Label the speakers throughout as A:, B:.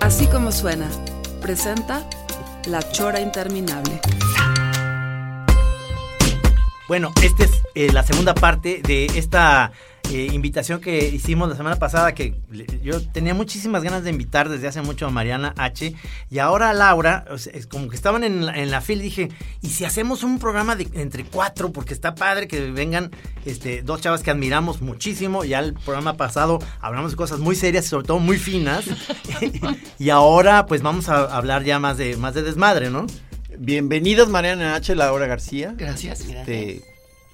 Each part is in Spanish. A: Así como suena, presenta La Chora Interminable.
B: Bueno, esta es eh, la segunda parte de esta eh, invitación que hicimos la semana pasada, que le- yo tenía muchísimas ganas de invitar desde hace mucho a Mariana H. Y ahora a Laura, o sea, es como que estaban en la, en la fila, dije, ¿y si hacemos un programa de entre cuatro? Porque está padre que vengan este, dos chavas que admiramos muchísimo. Ya el programa pasado hablamos de cosas muy serias y sobre todo muy finas. y ahora pues vamos a hablar ya más de, más de desmadre, ¿no?
C: Bienvenidas Mariana H. Laura García.
D: Gracias.
C: Este,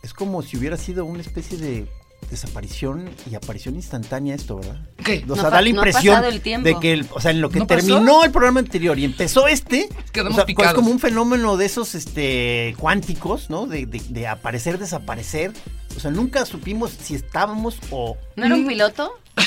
C: es como si hubiera sido una especie de desaparición y aparición instantánea esto, ¿verdad?
D: ¿Qué?
C: O
E: No
C: sea,
E: pa-
C: da la
E: no ha
C: impresión
E: pasado el tiempo.
C: de que, el- o sea, en lo que
D: ¿No pasó?
C: terminó el programa anterior y empezó este,
D: Quedamos
C: o sea,
D: picados.
C: es como un fenómeno de esos este, cuánticos, ¿no? De, de- de aparecer, desaparecer. O sea, nunca supimos si estábamos o...
E: ¿No era un piloto?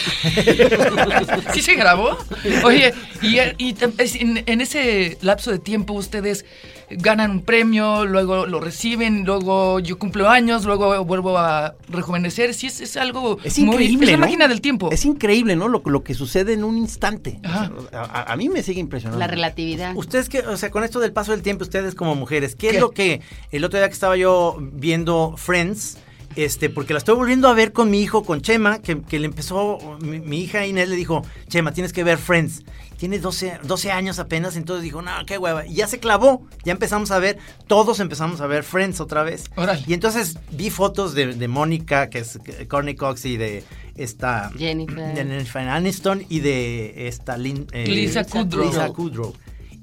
D: ¿Sí se grabó? Oye, y, y te- es- en, en ese lapso de tiempo ustedes ganan un premio, luego lo reciben, luego yo cumplo años, luego vuelvo a rejuvenecer. Sí, es, es algo
C: Es
D: muy-
C: increíble.
D: es la
C: ¿no?
D: máquina del tiempo.
C: Es increíble, ¿no? Lo, lo que sucede en un instante. O sea,
D: Ajá.
C: a, a- a mí me sigue impresionando.
E: La relatividad.
B: Ustedes que, o sea, con esto del paso del tiempo, ustedes como mujeres, ¿qué,
D: ¿Qué?
B: es lo que el otro día que estaba yo viendo Friends? Este, porque la estoy volviendo a ver con mi hijo, con Chema, que, que le empezó, mi, mi hija Inés le dijo, Chema, tienes que ver Friends. Tiene 12, 12 años apenas, entonces dijo, no, qué hueva. Y ya se clavó, ya empezamos a ver, todos empezamos a ver Friends otra vez.
D: Órale.
B: Y entonces vi fotos de, de Mónica, que es Corny Cox, y de esta...
E: Jennifer.
B: de Jennifer Aniston y de esta... Lin- eh,
D: Lisa Kudrow.
B: Lisa Kudrow.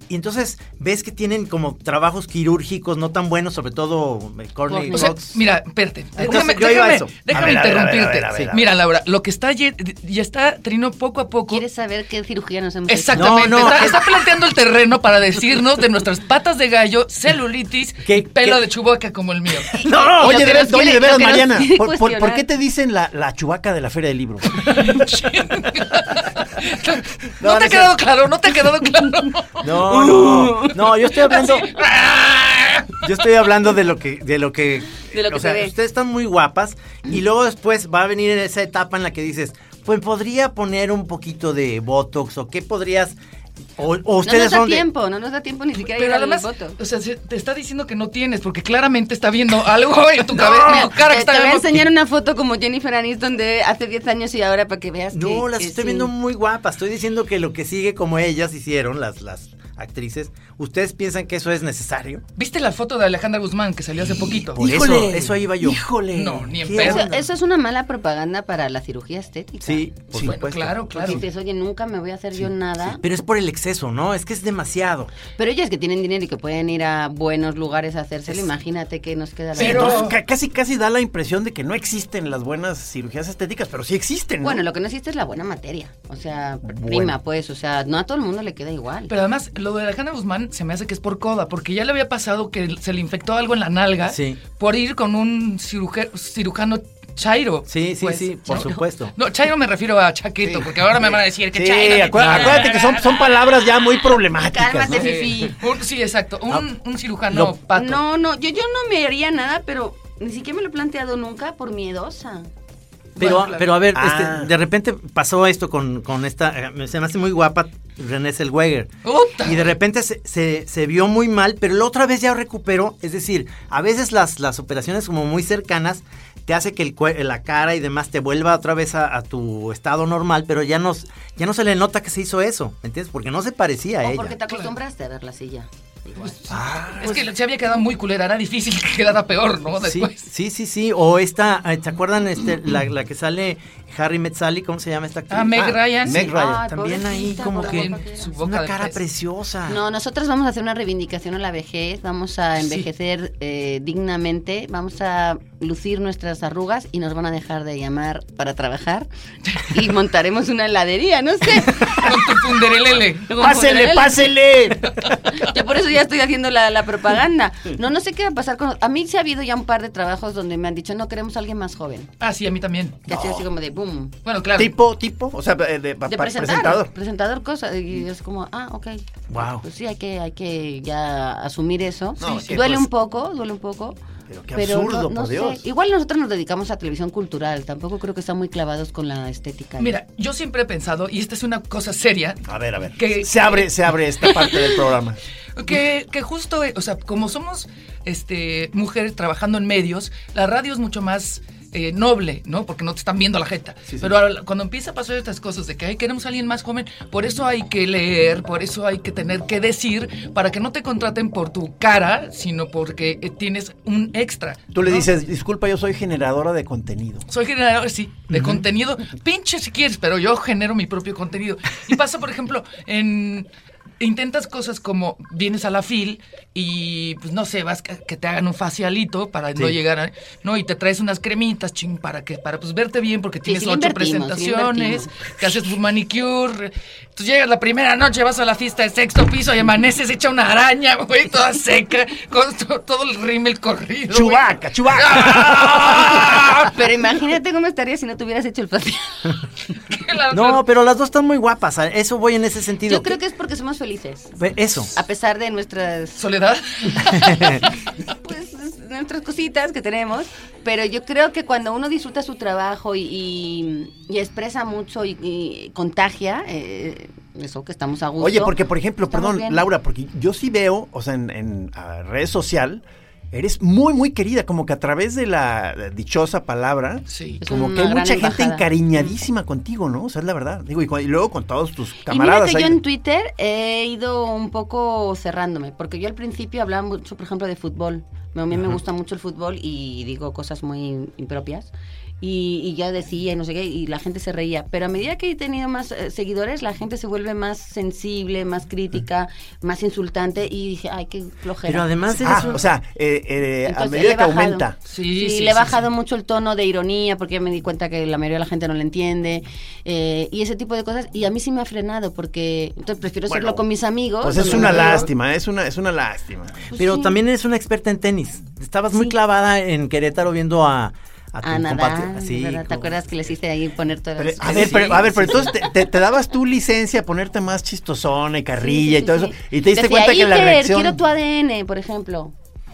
B: Y entonces ves que tienen como trabajos quirúrgicos no tan buenos, sobre todo eh, Courtney
E: Courtney.
D: O sea,
B: Cox.
D: mira, espérate.
B: Entonces,
D: déjame
B: yo iba a
D: déjame-
B: eso.
C: A
D: déjame
C: ver, a ver, a ver,
D: interrumpirte.
C: a ver, a ver, a ver.
D: Mira, Laura, lo que está ye- ya está Trino poco a poco.
E: ¿Quieres saber qué cirugía nos hemos
D: Exactamente.
B: No, no,
D: está,
B: que-
D: está planteando el terreno para decirnos de nuestras patas de gallo, celulitis,
B: ¿Qué-
D: pelo
B: qué?
D: de chubaca como el mío.
C: No, oye,
E: Lo
C: de
E: que
C: veras,
E: nos
C: oye, de
E: quiere-
C: veras,
E: lo que nos
C: Mariana,
E: quiere
C: ¿por, por, por
E: cuestionar.
C: qué te dicen la, la chubaca de la Feria del Libro?
D: no,
C: No,
D: te
C: no
D: ha
C: sé.
D: quedado claro, no te ha quedado claro.
B: No, no, no, yo estoy hablando. Yo estoy hablando de lo que, de lo que,
E: De lo que
B: o
E: se
B: sea,
E: ve.
B: ustedes están muy guapas y luego después va a venir esa etapa en la que dices, pues podría poner un poquito de botox o qué podrías, o, o
E: No nos
B: ustedes
E: da
B: son de-
E: tiempo, no nos da tiempo ni siquiera
D: Pero
E: ir
D: además,
E: al voto.
D: o sea, se- te está diciendo que no tienes, porque claramente está viendo algo en tu cabeza,
E: Mira,
D: en tu cara que
E: eh, te,
D: está
E: te voy a
D: viendo-
E: enseñar una foto como Jennifer Aniston de hace 10 años y ahora para que veas que...
B: No, las
E: que
B: estoy
E: sí.
B: viendo muy guapas. Estoy diciendo que lo que sigue como ellas hicieron, las, las actrices, ¿ustedes piensan que eso es necesario?
D: ¿Viste la foto de Alejandra Guzmán que salió hace poquito?
B: Por
C: Híjole,
B: eso, eso iba yo.
C: híjole.
D: No, ni en
B: ¿Qué
D: pedo.
E: Eso,
B: onda?
E: eso es una mala propaganda para la cirugía estética.
B: Sí, por
C: Sí.
D: Pues Bueno,
B: supuesto.
D: claro,
E: Porque
D: claro.
E: dices, oye, nunca me voy a hacer yo nada.
B: Pero es por el exceso, ¿no? Es que es demasiado.
E: Pero ellas que tienen dinero y que pueden ir a buenos lugares a hacérselo, imagínate que nos queda la
D: Pero-
C: Entonces, ca- casi, casi da la impresión de que no existen las buenas cirugías estéticas, pero sí existen. ¿no?
E: Bueno, lo que no existe es la buena materia. O sea, pr-
C: Bueno.
E: prima, pues. O sea, no a todo el mundo le queda igual.
D: Pero además, lo de Alejandra Guzmán se me hace que es por coda, porque ya le había pasado que se le infectó algo en la nalga
B: Sí.
D: por ir con un ciruja- cirujano Chairo.
B: Sí, sí,
D: pues.
B: sí, por supuesto.
D: No, Chairo me refiero a Chaqueto, porque ahora me van a decir que
C: Sí,
D: Chairo.
C: acu- acuérdate que son, son palabras ya muy problemáticas.
E: Cálmate,
C: ¿no?
E: Fifi.
D: Un- sí, exacto. Un, un cirujano
B: lo-
D: pato.
E: No, no, yo, yo no me haría nada, pero ni siquiera me lo he planteado nunca por miedosa.
B: Pero,
D: Bueno, claro.
B: pero a ver,
C: Ah.
B: este, de repente pasó esto con, con esta, eh, se me hace muy guapa René Zellweger.
D: Puta.
B: Y de repente se, se- se vio muy mal, pero la otra vez ya recuperó. Es decir, a veces las, las operaciones como muy cercanas te hace que el, cue- la cara y demás te vuelva otra vez a, a tu estado normal, pero ya, nos, ya no se le nota que se hizo eso, ¿me entiendes? Porque no se parecía a
E: O
B: ella.
E: porque te acostumbraste a verla así ya.
D: es que se había quedado muy culera, era difícil que quedara peor, ¿no?
B: Sí,
D: Después.
B: sí, sí, sí. O esta, eh, ¿se acuerdan este, la, la que sale Harry Metzali? ¿Cómo se llama esta actriz?
D: Ah, Meg Ryan.
C: Meg
D: sí.
C: Ryan.
E: Ay,
B: También ahí
E: pobrecita,
B: como que
D: también
E: pobrecita.
D: su
B: es
D: boca
B: una
D: de
B: cara
D: pez.
B: preciosa.
E: No, nosotros vamos a hacer una reivindicación a la vejez, vamos a envejecer eh, dignamente, vamos a lucir nuestras arrugas y nos van a dejar de llamar para trabajar y montaremos una heladería, no sé.
D: Con tu punderelele.
C: ¡Pásele, pásele!
E: Yo por eso ya estoy haciendo la, la propaganda. No, no sé qué va a pasar con... A mí se ha habido ya un par de trabajos donde me han dicho, no, queremos a alguien más joven.
D: Ah, sí, a mí también.
E: Que ha sido así como de boom.
D: Bueno, claro.
C: tipo, tipo, o sea, eh, de, pa-
E: De
C: pa-
E: presentar,
C: presentador. Mm.
E: Presentador, cosa. Y es como, ah, ok.
B: Wow.
E: Pues sí, hay que, hay que ya asumir eso.
C: No, Sí, sí.
E: duele
C: pues-
E: un poco, duele un poco.
C: Pero qué
E: pero
C: absurdo,
E: no-
C: por
E: no sé.
C: Dios.
E: Igual nosotros nos dedicamos a televisión cultural. Tampoco creo que están muy clavados con la estética.
D: Mira, yo siempre he pensado, y esta es una cosa seria,
C: A ver, a ver.
D: Que-
C: se abre, se abre esta parte del programa.
D: que, que justo, eh, o sea, como somos este, mujeres trabajando en medios, la radio es mucho más eh, noble, ¿no? Porque no te están viendo la jeta. Pero ahora, cuando empieza a pasar estas cosas de que "Ay, queremos a alguien más joven, por eso hay que leer, por eso hay que tener que decir, para que no te contraten por tu cara, sino porque eh, tienes un extra.
C: Tú le
D: ¿no?
C: dices, disculpa, yo soy generadora de contenido.
D: Soy generador, sí, de contenido. Pinche si quieres, pero yo genero mi propio contenido. Y pasa, por ejemplo, en. Intentas cosas como vienes a la fil y, pues no sé, vas que que te hagan un facialito para no llegar a. No, y te traes unas cremitas, ching, para que para pues verte bien, porque tienes
E: sí le
D: ocho
E: invertimos, sí le
D: presentaciones,
E: invertimos.
D: te haces tu manicure. Tú llegas la primera noche, vas a la fiesta de sexto piso y amaneces hecha una araña, güey, toda seca, con to- todo el rímel corrido. güey. ¡Ah!
C: Chubaca, chubaca.
E: Ah, Pero imagínate cómo estaría si no te hubieras hecho el facial.
D: Que la-
B: No, pero las dos están muy guapas. a Eso voy en ese sentido.
E: Yo creo que es porque somos felices.
B: Ve- Eso.
E: A pesar de nuestras,
D: Soledad.
E: pues, nuestras cositas que tenemos. Pero yo creo que cuando uno disfruta su trabajo y, y- y expresa mucho y, y contagia, eh, eso que estamos a gusto.
C: Oye, porque por ejemplo,
E: Estamos
C: perdón,
E: bien.
C: Laura, porque yo sí veo, o sea, en, en, ah, red social, eres muy, muy querida, como que a través de la dichosa palabra.
D: Sí.
E: Es
C: Como
E: una
C: que hay
E: gran
C: mucha gente
E: embajada.
C: encariñadísima contigo, ¿no? O sea, es la verdad. Digo, y, cu- y luego con todos tus
E: Y mira
C: camaradas.
E: que yo
C: ahí.
E: en Twitter he ido un poco cerrándome, porque yo al principio hablaba mucho, por ejemplo, de fútbol. A mí me gusta mucho el fútbol y digo cosas muy impropias. Y, y ya decía y no sé qué, y la gente se reía. Pero a medida que he tenido más eh, seguidores, la gente se vuelve más sensible, más crítica, más insultante. Y dije, ay, qué flojera.
B: Pero además eres
C: Ah,
B: un-
C: o sea, eh, eh, a
E: Entonces, le
C: medida
E: he
C: que
E: bajado.
C: aumenta.
D: Sí,
E: Sí,
D: sí,
E: le he
D: sí,
E: bajado
D: sí.
E: mucho el tono de ironía porque me di cuenta que la mayoría de la gente no lo entiende eh, y ese tipo de cosas. Y a mí sí me ha frenado porque entonces prefiero
C: Bueno,
E: hacerlo con mis amigos.
C: Pues es
E: donde
C: una
E: me río.
C: lástima, es una, es una lástima.
E: Pues
B: Pero
E: sí.
B: también eres una experta en tenis. Estabas muy
E: Sí.
B: clavada en Querétaro viendo a, a tu
E: A nadar,
B: compatri- sí,
E: ¿verdad? ¿te
B: como-
E: acuerdas que le hiciste ahí poner todas
C: Pero,
E: las-
C: a ver, pero, a ver, pero entonces te, te- te dabas tu licencia a ponerte más chistosona y carrilla y todo eso. Y te diste
E: Decía,
C: cuenta que la
E: "Iker,
C: reacción.
E: quiero tu ADN, por ejemplo.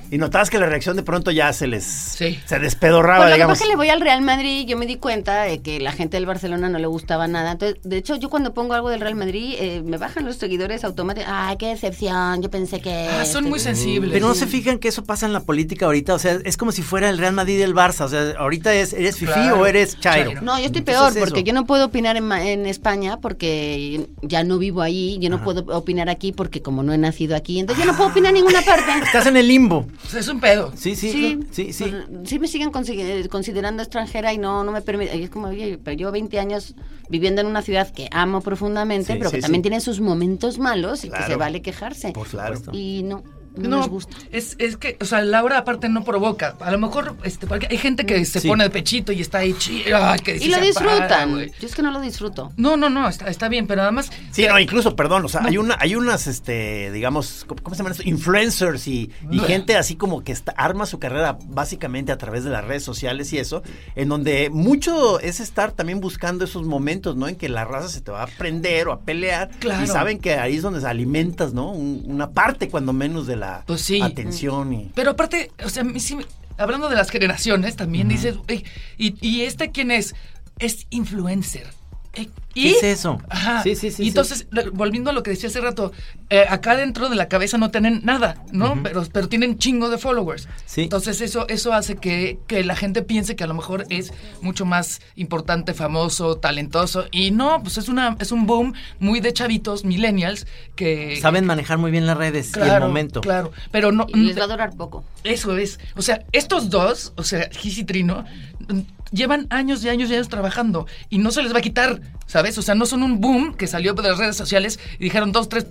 C: Y notabas que la reacción de pronto ya se les.
D: Sí.
C: Se despedorraba,
E: Por lo que
C: digamos.
E: pasa que le voy al Real Madrid, yo me di cuenta de que la gente del Barcelona no le gustaba nada. Entonces, de hecho, yo cuando pongo algo del Real Madrid, eh, me bajan los seguidores automáticamente. Ay, qué decepción, yo pensé que... este, mm,
D: Ah, son muy sensibles.
B: Pero no se fijan que eso pasa en la política ahorita. O sea, es como si fuera el Real Madrid y el Barça. O sea, ahorita es, ¿eres fifí
D: Claro.
B: o eres chairo?
D: Chairo.
E: No, yo estoy
B: Entonces
E: peor
B: es eso.
E: porque yo no puedo opinar en, ma- en España porque ya no vivo ahí, yo no puedo opinar aquí porque como no he nacido aquí, entonces
B: Ah.
E: yo no puedo opinar en ninguna parte.
B: Estás en el limbo.
D: O sea, es un pedo.
B: Sí, sí, sí, sí.
E: pues, sí me siguen consi- considerando extranjera y no, no me permite. Es como, oye, pero llevo 20 años viviendo en una ciudad que amo profundamente,
C: Sí,
E: pero
C: sí,
E: que también
C: sí.
E: tiene sus momentos malos y
C: Claro.
E: que se vale quejarse.
C: Por claro.
E: Y no, no,
D: No,
E: les gusta.
D: es, es que, o sea, Laura aparte no provoca. A lo mejor este, cualquier- hay gente que se
B: Sí.
D: pone de pechito y está ahí chido.
E: Mm, Y lo disfrutan. yo es que no lo disfruto.
D: no, no, no, está, está bien, pero además.
C: Sí, no, incluso, perdón, o sea, hay una, hay unas, este, digamos, ¿cómo, cómo se llaman estos? Influencers y, y gente así como que está- arma su carrera básicamente a través de las redes sociales y eso, en donde mucho es estar también buscando esos momentos, ¿no? En que la raza se te va a prender o a pelear.
D: Claro.
C: Y saben que ahí es donde se alimentas, ¿no? Un- una parte cuando menos de la
D: Pues sí.
C: atención y.
D: Pero aparte, o sea, a mí sí me- hablando de las generaciones, también dices, "Ey, ¿y, ¿y este quién es? Es influencer. Ey, ¿Y?
B: ¿Qué es eso?
D: Ajá.
B: Sí, sí, sí,
D: Y
B: sí.
D: entonces, lo- volviendo a lo que decía hace rato, eh, acá dentro de la cabeza no tienen nada, ¿no? pero, pero tienen chingo de followers.
B: Sí.
D: Entonces eso, eso hace que, que la gente piense que a lo mejor es mucho más importante, famoso, talentoso. Y no, pues es, una, es un boom muy de chavitos, millennials, que...
B: Saben manejar muy bien las redes y el
D: Claro,
B: momento.
D: Claro, pero no...
E: Y les va a durar poco.
D: Eso es. O sea, estos dos, o sea, Gis y Trino, mm, llevan años y años y años trabajando y no se les va a quitar, ¿sabes? O sea, no son un boom que salió de las redes sociales y dijeron dos, tres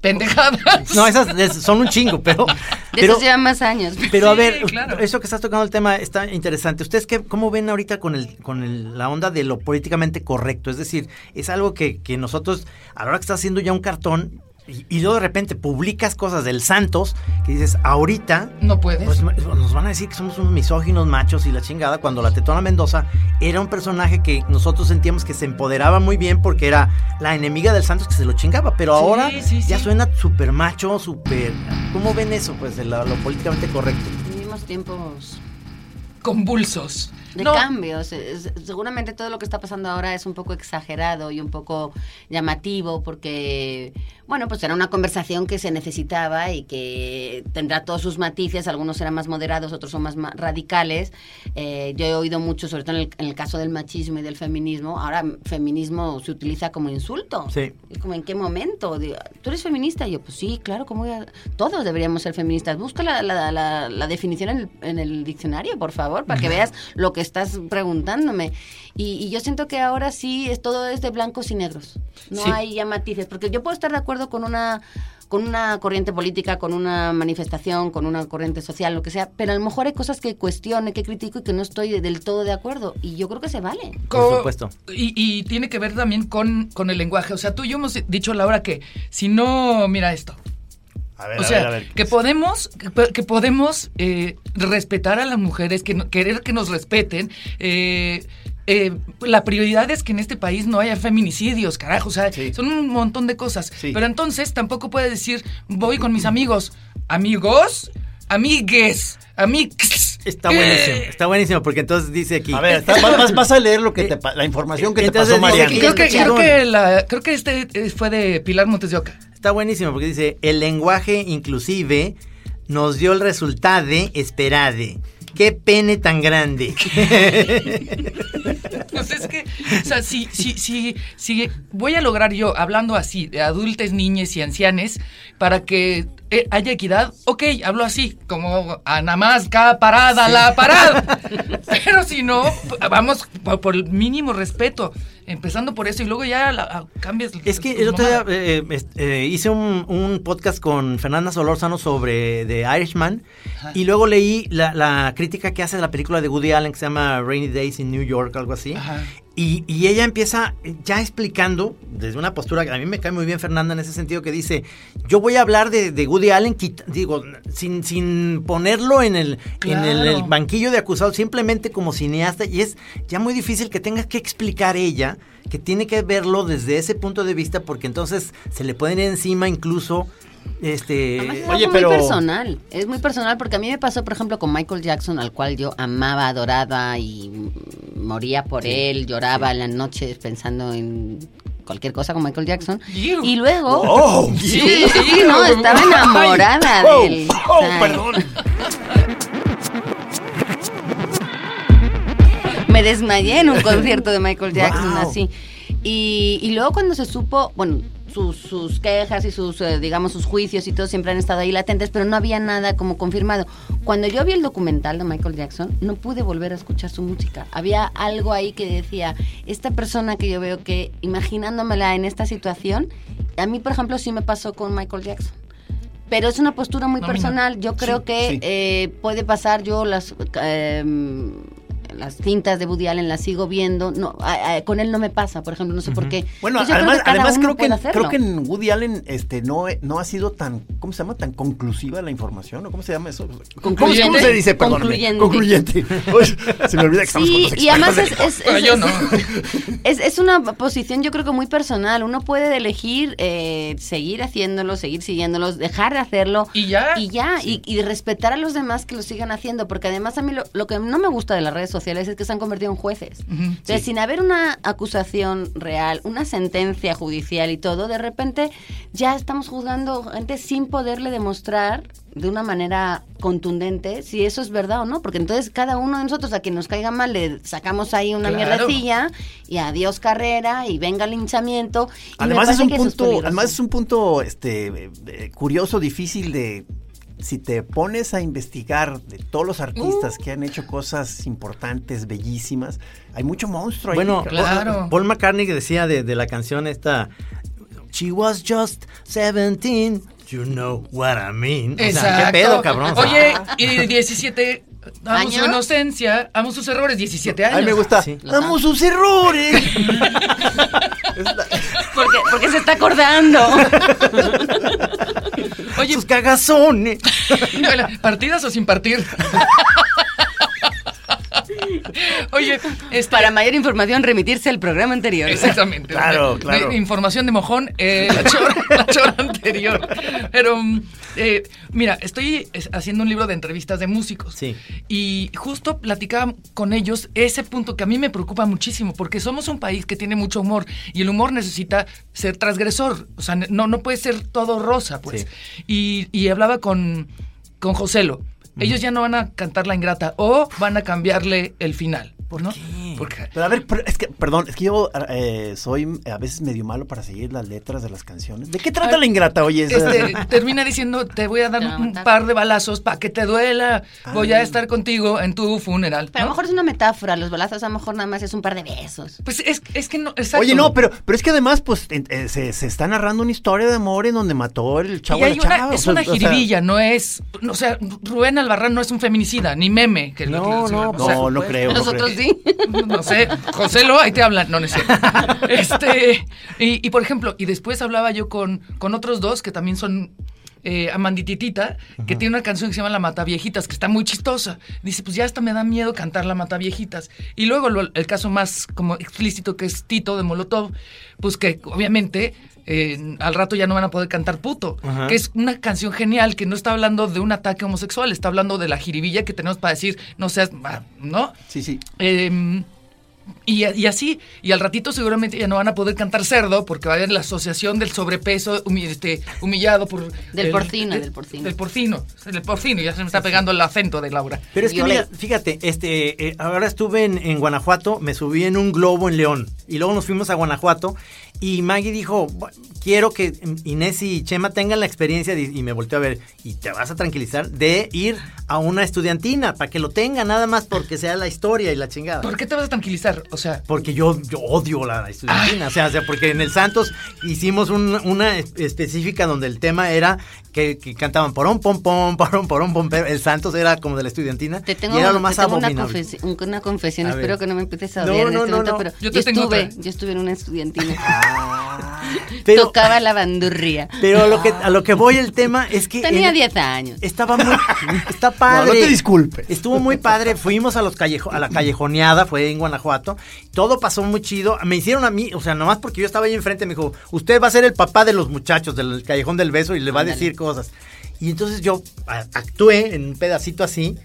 D: pendejadas.
B: No, esas es- son un chingo, pero...
E: De
B: pero-
E: eso llevan más años.
B: Pero a
D: Sí,
B: ver,
D: claro.
B: eso que estás tocando el tema está interesante. ¿Ustedes qué, cómo ven ahorita con el, con el- la onda de lo políticamente correcto? Es decir, es algo que, que nosotros, a la hora que estás haciendo ya un cartón, y, y luego de repente publicas cosas del Santos, que dices, ahorita
D: No puedes.
B: pues, ma- nos van a decir que somos unos misóginos machos y la chingada, cuando la Tetona Mendoza era un personaje que nosotros sentíamos que se empoderaba muy bien porque era la enemiga del Santos que se lo chingaba, pero
D: Sí,
B: ahora
D: sí,
B: ya
D: sí.
B: suena súper macho, súper... ¿Cómo ven eso, pues, de la- lo políticamente correcto?
E: Vivimos tiempos
D: Convulsos.
E: de
D: No,
E: cambios. Es- Seguramente todo lo que está pasando ahora es un poco exagerado y un poco llamativo porque, bueno, pues era una conversación que se necesitaba y que tendrá todos sus matices. Algunos serán más moderados, otros son más ma- radicales. Eh, yo he oído mucho, sobre todo en el, en el caso del machismo y del feminismo. Ahora mm, feminismo se utiliza como insulto.
B: Sí.
E: Es como, ¿en qué momento? Digo, ¿Tú eres feminista? Y yo, pues sí, claro, ¿cómo voy a- Todos deberíamos ser feministas. Busca la, la- la- la definición en el, en el diccionario, por favor, para que veas lo que estás preguntándome. Y, y yo siento que ahora sí es todo es de blancos y negros. No
D: Sí.
E: hay ya matices, porque yo puedo estar de acuerdo con una con una corriente política, con una manifestación, con una corriente social, lo que sea, pero a lo mejor hay cosas que cuestiono, que critico y que no estoy del todo de acuerdo. Y yo creo que se vale.
B: Por
D: co-
B: supuesto.
D: Y, y tiene que ver también con, con el lenguaje. O sea, tú y yo hemos dicho, Laura, que si no, mira esto.
C: A ver,
D: O
C: a
D: sea,
C: ver, a ver.
D: que podemos, que, po- que podemos eh, respetar a las mujeres, que no- querer que nos respeten. eh, eh, la prioridad es que en este país no haya feminicidios, carajo. O sea,
C: Sí.
D: son un montón de cosas.
C: Sí.
D: Pero entonces tampoco puede decir, voy con mis amigos. Amigos, amigues, amigues. Eh,
B: Está buenísimo, está buenísimo, porque entonces dice aquí...
C: A ver, está- va- vas, vas a leer lo que te, pa- la información que
B: Entonces
C: te pasó
B: dice
C: Mariana.
B: que-
D: Creo Eh, que, creo
B: Chingón.
D: que, la- creo que este eh, fue de Pilar Montes de Oca.
B: Está buenísimo porque dice, el lenguaje inclusive nos dio el resultado esperade. Qué pene tan grande.
D: Pues es que, o sea, si, si, si, si voy a lograr yo, hablando así, de adultos, niñes y ancianes, para que eh, haya equidad, ok, hablo así, como a nada más cada parada, la parada. Pero si no, p- vamos por, por el mínimo respeto, empezando por eso y luego ya la- a- cambias.
B: Es que
D: tus
B: el otro día
D: mamadas.
B: eh, eh, est- eh, hice un, un podcast con Fernanda Solórzano sobre The Irishman
D: Ajá.
B: y luego leí la, la crítica que hace de la película de Woody Allen que se llama Rainy Days in New York, algo así.
D: Ajá.
B: Y, y ella empieza ya explicando desde una postura que a mí me cae muy bien Fernanda en ese sentido que dice, yo voy a hablar de, de Woody Allen, quit- digo, sin, sin ponerlo en el, en el,
D: Claro.
B: el banquillo de acusado, simplemente como cineasta. Y es ya muy difícil que tengas que explicar ella que tiene que verlo desde ese punto de vista porque entonces se le pueden ir encima incluso...
E: Además, es
B: Este,
C: Eh, Oye,
E: algo
C: pero-
E: muy personal. Es muy personal porque a mí me pasó, por ejemplo, con Michael Jackson, al cual yo amaba, adoraba y mm, moría por él, lloraba en las noches pensando en cualquier cosa con Michael Jackson.
D: Ew.
E: Y luego.
C: Oh,
E: Sí, sí, sí, no, estaba enamorada
C: oh,
E: de él.
C: oh,
E: O sea,
C: perdón.
E: Me desmayé en un concierto de Michael Jackson,
B: Wow.
E: así. Y, y luego cuando se supo, bueno, sus, sus quejas y sus, eh, digamos, sus juicios y todo siempre han estado ahí latentes, pero no había nada como confirmado. Cuando yo vi el documental de Michael Jackson, no pude volver a escuchar su música. Había algo ahí que decía, esta persona que yo veo que, imaginándomela en esta situación, a mí, por ejemplo, sí me pasó con Michael Jackson. Pero es una postura muy
D: No, a mí no.
E: personal. Yo creo
C: Sí,
E: que
C: sí.
E: eh, puede pasar. Yo las em, las cintas de Woody Allen las sigo viendo. No, a- a- con él no me pasa, por ejemplo, no sé por qué.
C: Bueno,
E: Entonces, Pues yo
C: además,
E: cada
C: además
E: uno
C: creo, que,
E: puede
C: en- creo
E: hacerlo.
C: que en Woody Allen este, no, no ha sido tan, ¿cómo se llama? Tan conclusiva la información, ¿o cómo se llama eso? ¿Cómo- ¿Cómo
E: Concluyente.
C: se dice? Perdóname.
E: Concluyente.
C: Concluyente. Uy, se me olvida que estamos con
E: Sí,
C: los
E: y además es,
C: expertos de-
E: es-
D: Pero
E: es-
D: yo
E: es-
D: no.
E: es- es una posición yo creo que muy personal. Uno puede elegir eh, seguir haciéndolo, seguir siguiéndolos, dejar de hacerlo.
D: Y ya.
E: Y ya, y, y respetar a los demás que lo sigan haciendo, porque además a mí lo, lo que no me gusta de las redes sociales es que se han convertido en jueces.
D: Ujú,
E: Entonces, sin haber una acusación real, una sentencia judicial y todo, de repente ya estamos juzgando gente sin poderle demostrar de una manera contundente si eso es verdad o no, porque entonces cada uno de nosotros a quien nos caiga mal le sacamos ahí una
D: Claro.
E: mierdecilla y adiós carrera y venga el linchamiento. y me
C: Además es
E: parece
C: un
E: que eso
C: punto,
E: peligroso.
C: además es un punto este eh, eh, curioso, difícil de si te pones a investigar de todos los artistas
E: Uh.
C: que han hecho cosas importantes, bellísimas, hay mucho monstruo ahí.
B: Bueno,
C: cabrón.
D: Claro.
B: Paul McCartney que decía de, de la canción esta, She was just 17, you know what I mean. O sea,
D: Exacto.
B: ¿qué pedo, cabrón? O sea,
D: Oye, y 17 amo su
E: ¿Años?
D: inocencia, amo sus errores, 17 años.
C: a mí me gusta.
B: Sí.
C: Damos sus errores. Es la-
E: Porque, porque se está acordando.
D: Oye,
B: sus cagazones.
D: ¿partidas o sin partir? Oye, este,
E: Para mayor información, remitirse al programa anterior.
D: Exactamente.
C: Claro, claro.
D: De- de información de mojón, eh, la, chora, la chora anterior. Pero, mm, eh, mira, estoy es, haciendo un libro de entrevistas de músicos.
B: Sí.
D: Y justo platicaba con ellos ese punto que a mí me preocupa muchísimo, porque somos un país que tiene mucho humor y el humor necesita ser transgresor. O sea, no, no puede ser todo rosa, pues. Y, y hablaba con, con Joselo. Ellos ya no van a cantar la ingrata o van a cambiarle el final. ¿Por
B: qué?
D: Porque
C: Pero a ver, pero es que, perdón, es que yo eh, soy a veces medio malo para seguir las letras de las canciones. ¿De qué trata
D: Ay,
C: la ingrata? Oye, es-
D: Este, termina diciendo, te voy a dar
E: Te va a
D: un
E: matar.
D: par de balazos para que te duela. Voy a
C: Ay.
D: estar contigo en tu funeral.
E: Pero a lo
D: ¿no?
E: mejor es una metáfora, los balazos a lo mejor nada más es un par de besos.
D: Pues es, es que no, exacto.
C: Oye, no, pero, pero es que además, pues, en- eh, se, se está narrando una historia de amor en donde mató el chavo
D: Y
C: a la
D: hay una-
C: chava, o
D: es
C: sea,
D: una
C: o sea,
D: jiribilla, no es... no, o sea, Rubén Albarrán no es un feminicida, ni meme. Que lo-
B: No,
D: o sea,
B: no,
D: o sea, pues,
C: no, no creo. no
E: Nosotros
C: creo.
E: sí.
D: Eh, No sé, José Lo, ahí te hablan. No, no es cierto. Este, y, y, por ejemplo, y después hablaba yo con, con otros dos que también son eh, Amandititita, que tiene una canción que se llama La Mata Viejitas, que está muy chistosa. Dice, pues ya hasta me da miedo cantar La Mata Viejitas. Y luego lo- el caso más como explícito que es Tito de Molotov, pues que obviamente... eh, al rato ya no van a poder cantar puto,
B: Ajá.
D: que es una canción genial que no está hablando de un ataque homosexual, está hablando de la jiribilla que tenemos para decir, no seas, ma- ¿no?
C: Sí, sí.
D: Eh, y, y así, y al ratito seguramente ya no van a poder cantar cerdo porque va a haber la asociación del sobrepeso humi- este, humillado por...
E: Del
D: el-
E: porcino,
D: de-
E: del porcino.
D: Del porcino, del porcino, ya se me está pegando el acento de Laura.
B: Pero es que,
E: Violet.
B: mira, fíjate, este, eh, ahora estuve en, en Guanajuato, me subí en un globo en León y luego nos fuimos a Guanajuato y Maggie dijo, "Bu- quiero que Inés y Chema tengan la experiencia de- y me volteó a ver y te vas a tranquilizar de ir a una estudiantina para que lo tenga nada más porque sea la historia y la chingada.
D: ¿Por qué te vas a tranquilizar? O sea,
B: Porque yo, yo odio la estudiantina. O sea, o sea, porque en el Santos hicimos un- una es- específica donde el tema era que, que cantaban porón, pom, pom, porón, porón, pom, pero el Santos era como de la estudiantina.
E: Te tengo,
B: y era lo
E: te
B: más
E: tengo una,
B: abominable.
E: confes- un- una confesión,
B: A
E: espero
B: ver.
E: que no me empieces a
B: No,
E: odiar en
B: no,
E: este
B: no,
E: momento,
B: no. Ah,
E: pero
D: Yo
E: yo,
D: te tengo
E: estuve,
D: otra.
E: yo estuve en una estudiantina.
B: Pero,
E: Tocaba la bandurria.
B: pero a, lo que, a lo que voy el eh, tema es que...
E: Tenía
B: en-
E: 10 años.
B: Estaba muy... Está
C: No,
B: padre.
C: no te disculpes.
B: Estuvo muy padre. Fuimos a los callejo, a la callejoneada, fue en Guanajuato. Todo pasó muy chido. Me hicieron a mí, o sea, nomás porque yo estaba ahí enfrente, me dijo, usted va a ser el papá de los muchachos del callejón del beso y le va a
E: Ándale.
B: decir cosas. Y entonces yo a- actué en un pedacito así.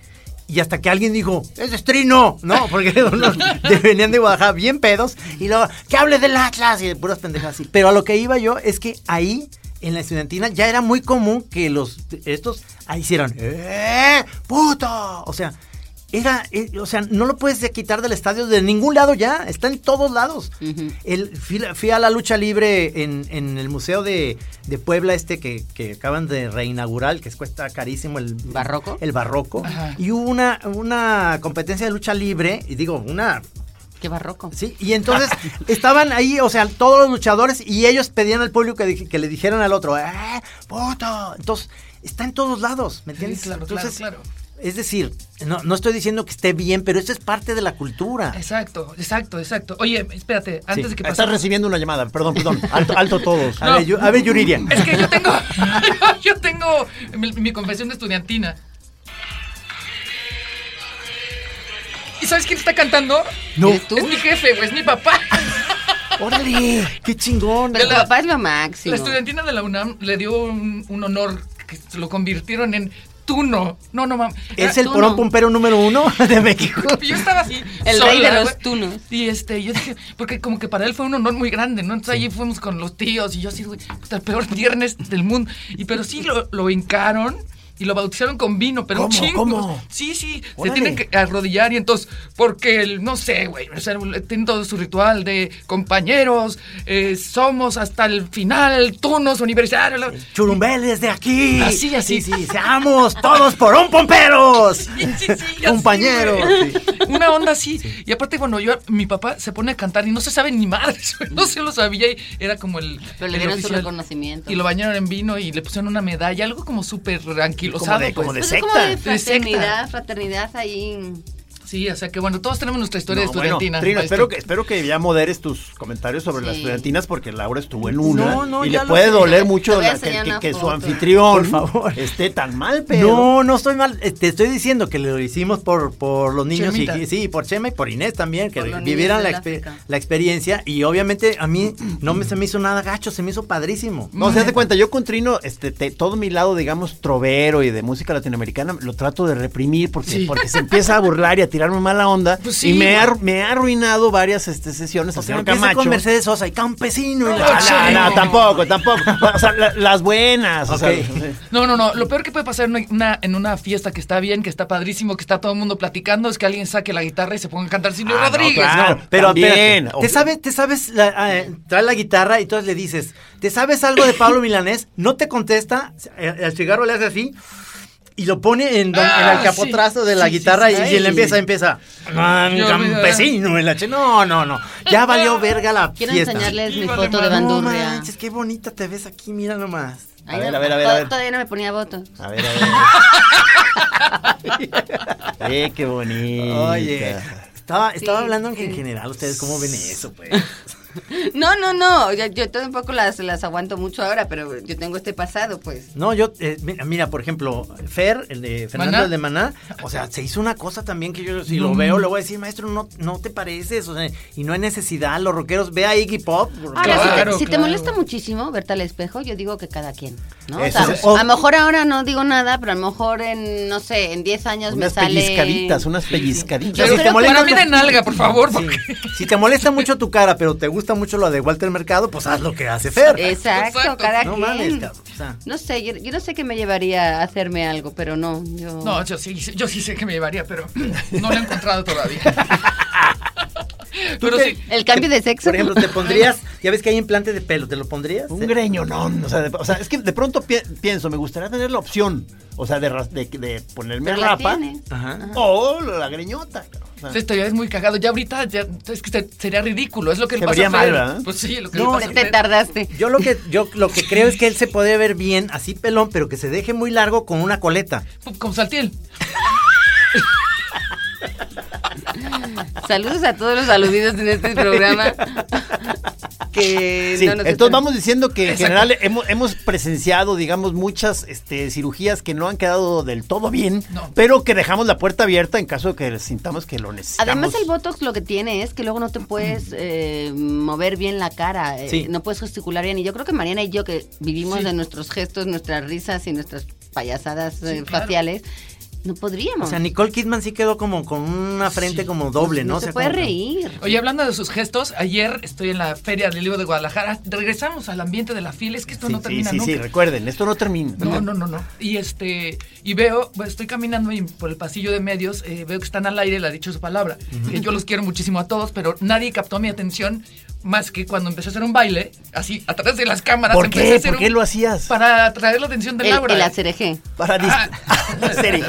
B: Y hasta que alguien dijo, ese es trino, ¿no? Porque unos de- venían de Guadalajara bien pedos. Y luego, que hable del Atlas y de puras pendejas así. Pero a lo que iba yo es que ahí, en la estudiantina, ya era muy común que los, estos, ahí hicieron, ¡eh, puto! O sea, era, eh, o sea, no lo puedes quitar del estadio de ningún lado ya, está en todos lados.
E: Ujú.
B: El- fui, la- fui a la lucha libre en, en el Museo de, de Puebla, este que, que acaban de reinaugurar, que cuesta carísimo el
E: ¿Barroco?
B: El barroco.
D: Ajá.
B: Y hubo una, una competencia de lucha libre, y digo, una
E: Qué barroco.
B: Sí, y entonces estaban ahí, o sea, todos los luchadores y ellos pedían al público que, dij- que le dijeran al otro, ¡eh, puto! Entonces, está en todos lados, ¿me entiendes?
D: claro,
B: Entonces,
D: claro, claro.
B: Es decir, no, no estoy diciendo que esté bien, pero esto es parte de la cultura.
D: exacto, exacto, exacto. Oye, espérate, antes
B: Sí,
D: de que pase...
C: Estás recibiendo una llamada, perdón, perdón. Alto, alto todos.
B: A, ver,
D: No.
B: Yu- a ver, Yuridia.
D: Es que yo tengo, yo tengo mi, mi confesión de estudiantina. ¿Y sabes quién está cantando?
B: No.
E: ¿Eres tú?
D: Es mi jefe, güey, es mi papá.
B: ¡Órale! ¡Qué chingón!
E: Pero tu
D: la-
E: papá es lo máximo.
D: La estudiantina de la UNAM le dio un, un honor que se lo convirtieron en tú no. No, no mames.
B: ¿Es
D: Era-
B: el
E: tú
B: porón
E: no.
B: pumpero número uno de México?
D: yo estaba así.
E: El rey
D: sola,
E: de los
D: güey.
E: tunos.
D: Y este, yo dije, porque como que para él fue un honor muy grande, ¿no? Entonces allí fuimos con los tíos y yo así, güey, puta, el peor viernes del mundo. Y pero sí lo, lo hincaron y lo bautizaron con vino, pero un
C: ¿Cómo?
D: chingo.
C: ¿Cómo?
D: Sí, sí,
C: Órale.
D: se tienen que arrodillar y entonces, porque el, no sé, güey, o sea, tienen todo su ritual de compañeros, eh, somos hasta el final, tunos, universitarios. la-
B: Churumbel desde aquí.
D: Así, así.
B: Sí, sí, seamos todos porón pomperos.
D: Sí, sí, sí, así,
B: Compañero.
D: güey. Una onda así. Y aparte, bueno, yo, mi papá se pone a cantar y no se sabe ni madre. güey, No se lo sabía. Y era como el.
E: Pero le
D: el
E: dieron su
D: oficial.
E: reconocimiento.
D: Y lo bañaron en vino y le pusieron una medalla, algo como súper
C: de-
D: anquilosado.
C: como
D: pues.
C: de
E: Pues es como de
D: secta. De secta.
E: fraternidad, fraternidad ahí.
D: Sí, o sea que bueno, todos tenemos nuestra historia
C: No, bueno,
D: estudiantina.
C: Trino,
D: maestro.
C: espero que, espero que ya moderes tus comentarios sobre
E: Sí.
C: las estudiantinas porque Laura estuvo en una
B: No, no,
C: y
B: ya
C: le
B: lo
C: puede
B: sé.
C: doler
E: Te
C: mucho
E: voy a
C: la- que,
E: enseñar
C: que-
E: una
C: que su
E: foto.
C: anfitrión
B: Por favor.
C: esté tan mal, pero...
B: No, no estoy mal. eh, Te estoy diciendo que lo hicimos por, por los niños y-
D: Chemita.
B: y sí, por Chema y por Inés también, que
E: Por los
B: vivieran la,
E: niños del
B: exper-
E: África.
B: la experiencia. Y obviamente a mí no me, se me hizo nada gacho, se me hizo padrísimo.
C: No, se hace cuenta, yo con Trino, este, te- todo mi lado, digamos, trovero y de música latinoamericana, lo trato de reprimir porque,
D: Sí.
C: porque se empieza a burlar y a tirarme mala onda.
D: Pues sí,
C: y me ha,
D: güey.
C: me ha arruinado varias este, sesiones
B: O
C: al
B: sea,
C: señor
B: empieza
C: Camacho.
B: con Mercedes Sosa y campesino. y la-
D: Ah,
C: No, no,
D: Sí.
C: no, tampoco, tampoco. O sea, la- las buenas. o sea,
B: Ok.
C: sí.
D: No, no, no. Lo peor que puede pasar en una, en una fiesta que está bien, que está padrísimo, que está todo el mundo platicando, es que alguien saque la guitarra y se ponga a cantar Silvio
C: Ah, no,
D: Rodríguez.
C: claro.
D: ¿no?
B: Pero
C: También.
B: espérate, te sabes, te sabes, la- ah, eh, trae la guitarra y entonces le dices, ¿te sabes algo de Pablo Milanés? No te contesta, el, el cigarro le hace así y lo pone en, don-
D: Ah,
B: en el capotrazo
D: sí,
B: de la
D: sí, sí,
B: guitarra
D: sí.
B: y- y, él empieza, empieza, "Ah,
D: Yo,
B: campesino, el H. No, no, no, ya valió verga la
E: Quiero
B: fiesta.
E: enseñarles mi
D: Híjole,
E: foto
D: mano,
E: de
B: No
E: bandurria.
B: manches, qué bonita te ves aquí, mira nomás.
E: Ay,
C: A ver,
E: no,
C: a ver, a ver,
E: to-
C: a ver.
E: Todavía no me ponía voto.
C: A ver, a ver. Eh, qué bonito.
B: Oye, estaba, estaba
E: Sí,
B: hablando en general, ustedes cómo ven eso, pues.
E: No, no, no. Yo, yo tampoco las, las aguanto mucho ahora, pero yo tengo este pasado, pues.
B: No, yo, eh, mi- mira, por ejemplo, Fer, el de Fernando
D: ¿Maná?
B: el de Maná, o sea, se hizo una cosa también que yo si lo
D: No.
B: veo, le voy a decir, maestro, no, no te pareces, o sea, y no hay necesidad, los rockeros, ve a Iggy Pop.
E: Ahora, si, te,
D: Claro,
E: si te
D: claro.
E: molesta muchísimo verte al espejo, yo digo que cada quien, ¿no? O
C: Eso
E: sea,
C: es-
E: a lo mejor ahora no digo nada, pero a lo mejor en, no sé, en 10 años
C: unas
E: me sale...
C: pellizcaditas, unas pellizcaditas.
E: Yo
D: Pero
B: si te molesta-
D: para mí de nalga, por favor. porque-
B: Sí. Si te molesta mucho tu cara, pero te gusta mucho lo de Walter Mercado, pues haz lo que hace Fer.
E: Exacto,
D: Exacto.
E: cada
B: no
E: quien.
B: mames, cabrón. o sea.
E: No sé, yo, yo no sé qué me llevaría a hacerme algo, pero no, yo...
D: No, yo sí, yo sí sé que me llevaría, pero no lo he encontrado todavía. pero
B: te-
D: sí.
E: El cambio de sexo.
B: Por ejemplo, te pondrías, ya ves que hay implantes de pelo, ¿te lo pondrías?
C: Un greñonón. O sea, de- o sea, es que de pronto pi- pienso, me gustaría tener la opción. O sea, de, ras- de, de ponerme
E: Pero la
C: rapa.
E: tienes.
B: Ajá.
C: O la greñota. cabrón. O sea,
D: Esto ya es muy cagado. Ya ahorita ya- es que se- sería ridículo. Es lo que
C: Se
D: le pasa
C: vería
D: a Fer.
C: mal, ¿verdad?
D: Pues sí, lo que
B: No,
D: le pasa
E: Te,
D: a
E: te
D: Fer.
E: tardaste.
B: Yo lo que yo lo que creo es que él se podría ver bien así pelón, pero que se deje muy largo con una coleta.
D: Pum, Como Saltiel.
E: Saludos a todos los aludidos en este programa. que
C: sí,
E: no nos
C: entonces
E: están-
C: vamos diciendo que en general hemos, hemos presenciado, digamos, muchas este, cirugías que no han quedado del todo bien,
D: No.
C: pero que dejamos la puerta abierta en caso de que sintamos que lo necesitamos.
E: Además el Botox lo que tiene es que luego no te puedes eh, mover bien la cara, eh,
B: Mm. Sí.
E: no puedes gesticular bien. Y yo creo que Mariana y yo que vivimos
D: Sí.
E: de nuestros gestos, nuestras risas y nuestras payasadas eh,
D: claro.
E: faciales, no podríamos.
B: O sea, Nicole Kidman sí quedó como con una frente
D: Sí.
B: como doble, ¿no?
E: no
B: O
E: se
B: sea,
E: puede
B: como que-
E: reír.
D: Oye, hablando de sus gestos, ayer estoy en la Feria del Libro de Guadalajara. Regresamos al ambiente de la fila. Es que esto
C: Sí,
D: no
C: sí,
D: termina
C: sí,
D: nunca.
C: sí, recuerden, esto no termina.
D: No, no, no, no. Y este, y veo, pues, estoy caminando y por el pasillo de medios, eh, veo que están al aire la dichosa palabra. Que yo los quiero muchísimo a todos, pero nadie captó mi atención más que cuando empecé a hacer un baile, así, a través de las cámaras.
C: ¿Por
D: empecé a
C: qué?
D: hacer
C: ¿Por qué
D: un-
C: lo hacías?
D: Para atraer la atención de
E: El,
D: Laura.
E: el
B: eh.
E: acereje.
C: Para dis-
D: Ah.
C: serie.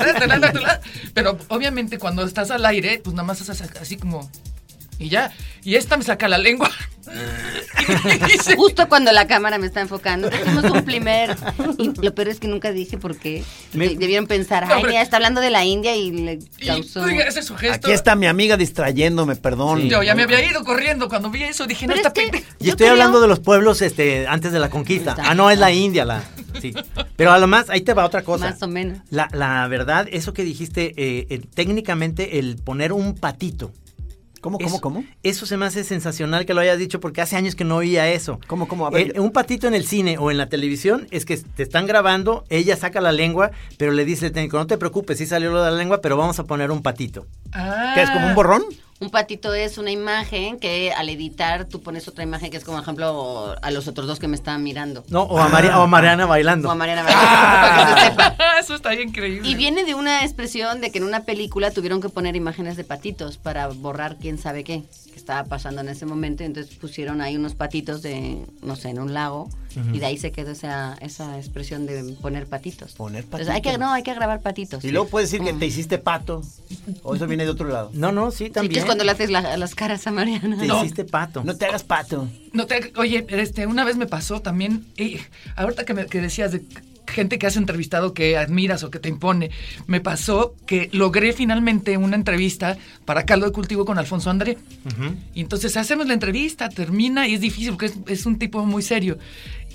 D: Pero obviamente cuando estás al aire, pues nada más haces así como. Y ya. Y esta me saca la lengua. Y dice,
E: Justo cuando la cámara me está enfocando, hicimos un primer. Y lo peor es que nunca dije por qué.
B: Me-
E: De- Debieron pensar,
D: No,
E: ay,
D: pero-
E: mira, está hablando de la India y le
D: y
E: causó.
D: tú digas, ese es su gesto.
C: Aquí está mi amiga distrayéndome, perdón.
D: Yo ya me había ido corriendo cuando vi eso. Dije, no,
E: Pero
D: está
E: es que
B: Y
E: yo
B: estoy
E: creo-
B: hablando de los pueblos este antes de la conquista.
E: Está.
B: Ah, no, es la India, la. Sí. Pero además, ahí te va otra cosa.
E: Más o menos.
B: La, la verdad, eso que dijiste, eh, eh, técnicamente el poner un patito
C: ¿Cómo, cómo,
B: Eso-
C: cómo?
B: Eso se me hace sensacional que lo hayas dicho porque hace años que no oía eso.
C: ¿Cómo, cómo? A ver.
B: El- un patito en el cine o en la televisión es que te están grabando, ella saca la lengua, pero le dice al técnico, no te preocupes, sí salió lo de la lengua, pero vamos a poner un patito.
D: Ah.
C: ¿Qué es como un borrón?
E: Un patito es una imagen que al editar tú pones otra imagen que es como, por ejemplo, a los otros dos que me estaban mirando.
B: No, o a, María, o a Mariana bailando.
E: O a Mariana Barrera, para que se sepa.
D: Eso está increíble.
E: Y viene de una expresión de que en una película tuvieron que poner imágenes de patitos para borrar quién sabe qué que estaba pasando en ese momento. Y entonces pusieron ahí unos patitos de, no sé, en un lago. Y de ahí se quedó esa, esa expresión de poner patitos.
C: Poner
E: Entonces, hay que,
C: patitos.
E: no, hay que grabar patitos.
C: Y luego puedes decir que
E: Mm.
C: te hiciste pato. O eso viene de otro lado.
B: No, no, sí,
E: Sí,
B: también.
E: que es cuando le haces la- las caras a Mariana.
B: Te
D: No.
B: hiciste pato.
C: No te hagas pato.
D: No te- oye, este, una vez me pasó también, eh, ahorita que, me, que decías de gente que has entrevistado que admiras o que te impone, me pasó que logré finalmente una entrevista para Caldo de Cultivo con Alfonso André. Y entonces hacemos la entrevista, termina y es difícil porque es, es un tipo muy serio.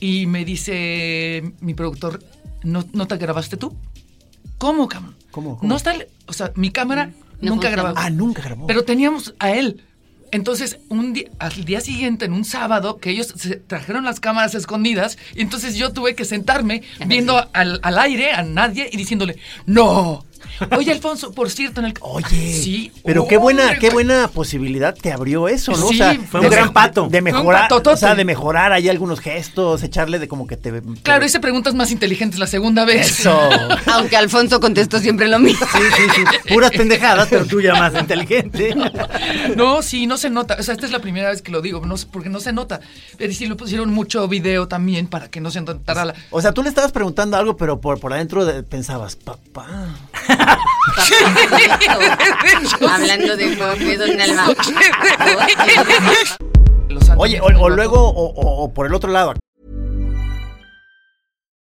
D: Y me dice mi productor, ¿no, no te grabaste tú? ¿Cómo, cabrón?
C: ¿Cómo, cómo?
D: No está, el- o sea, mi cámara
E: No
D: nunca
E: funciona.
D: grababa.
C: Ah, nunca grabó.
D: Pero teníamos a él. Entonces, un día, al día siguiente, en un sábado, que ellos se trajeron las cámaras escondidas, y entonces yo tuve que sentarme viendo al, al aire a nadie y diciéndole, no. Oye, Alfonso, por cierto, en el...
C: Oye,
D: sí.
C: pero qué buena,
D: hombre,
C: qué
D: güey.
C: buena posibilidad te abrió eso, ¿no?
D: Sí,
C: o sea,
D: fue
B: un
C: de-
B: gran pato.
C: De
D: Fue un
C: mejorar,
D: patotote.
C: o sea, de mejorar ahí algunos gestos, echarle de como que te. te-
D: Claro, hice preguntas más inteligentes la segunda vez.
C: Eso.
E: Aunque Alfonso contestó siempre lo mismo.
B: Sí, sí, sí. Puras pendejadas, pero tú ya más inteligente.
D: No, sí, no se nota. O sea, esta es la primera vez que lo digo, no, sé, porque no se nota. Pero sí, lo pusieron mucho video también para que no se notara la...
C: O sea, tú le estabas preguntando algo, pero por, por adentro de- pensabas, papá.
E: Hablando de Jorge Doña Alba.
D: Los santos
C: Oye, o,
D: me
C: o
D: mató.
C: luego, o, o- o por el otro lado,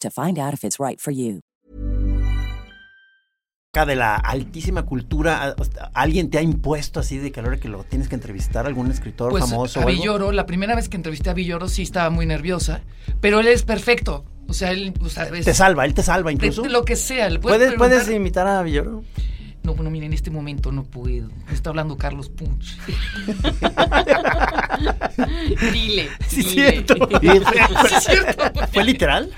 F: to find out if it's right for you.
C: acá de la altísima cultura, a- hasta- alguien te ha impuesto así de que a la hora que lo tienes que entrevistar, algún escritor
D: Pues
C: famoso.
D: a
C: o algo?
D: Villoro, la primera vez que entrevisté a Villoro sí estaba muy nerviosa, pero él es perfecto. O sea, él, o sea, es-
C: Te salva, él te salva
D: de-
C: incluso.
D: de lo que sea. le
B: ¿Puedes,
D: preguntar-
B: puedes imitar a Villoro?
D: No, bueno, mira, en este momento no puedo. Me Está hablando Carlos Punch.
E: Dile.
B: Sí,
E: dile.
B: cierto.
D: Sí, es cierto.
C: ¿Fue literal?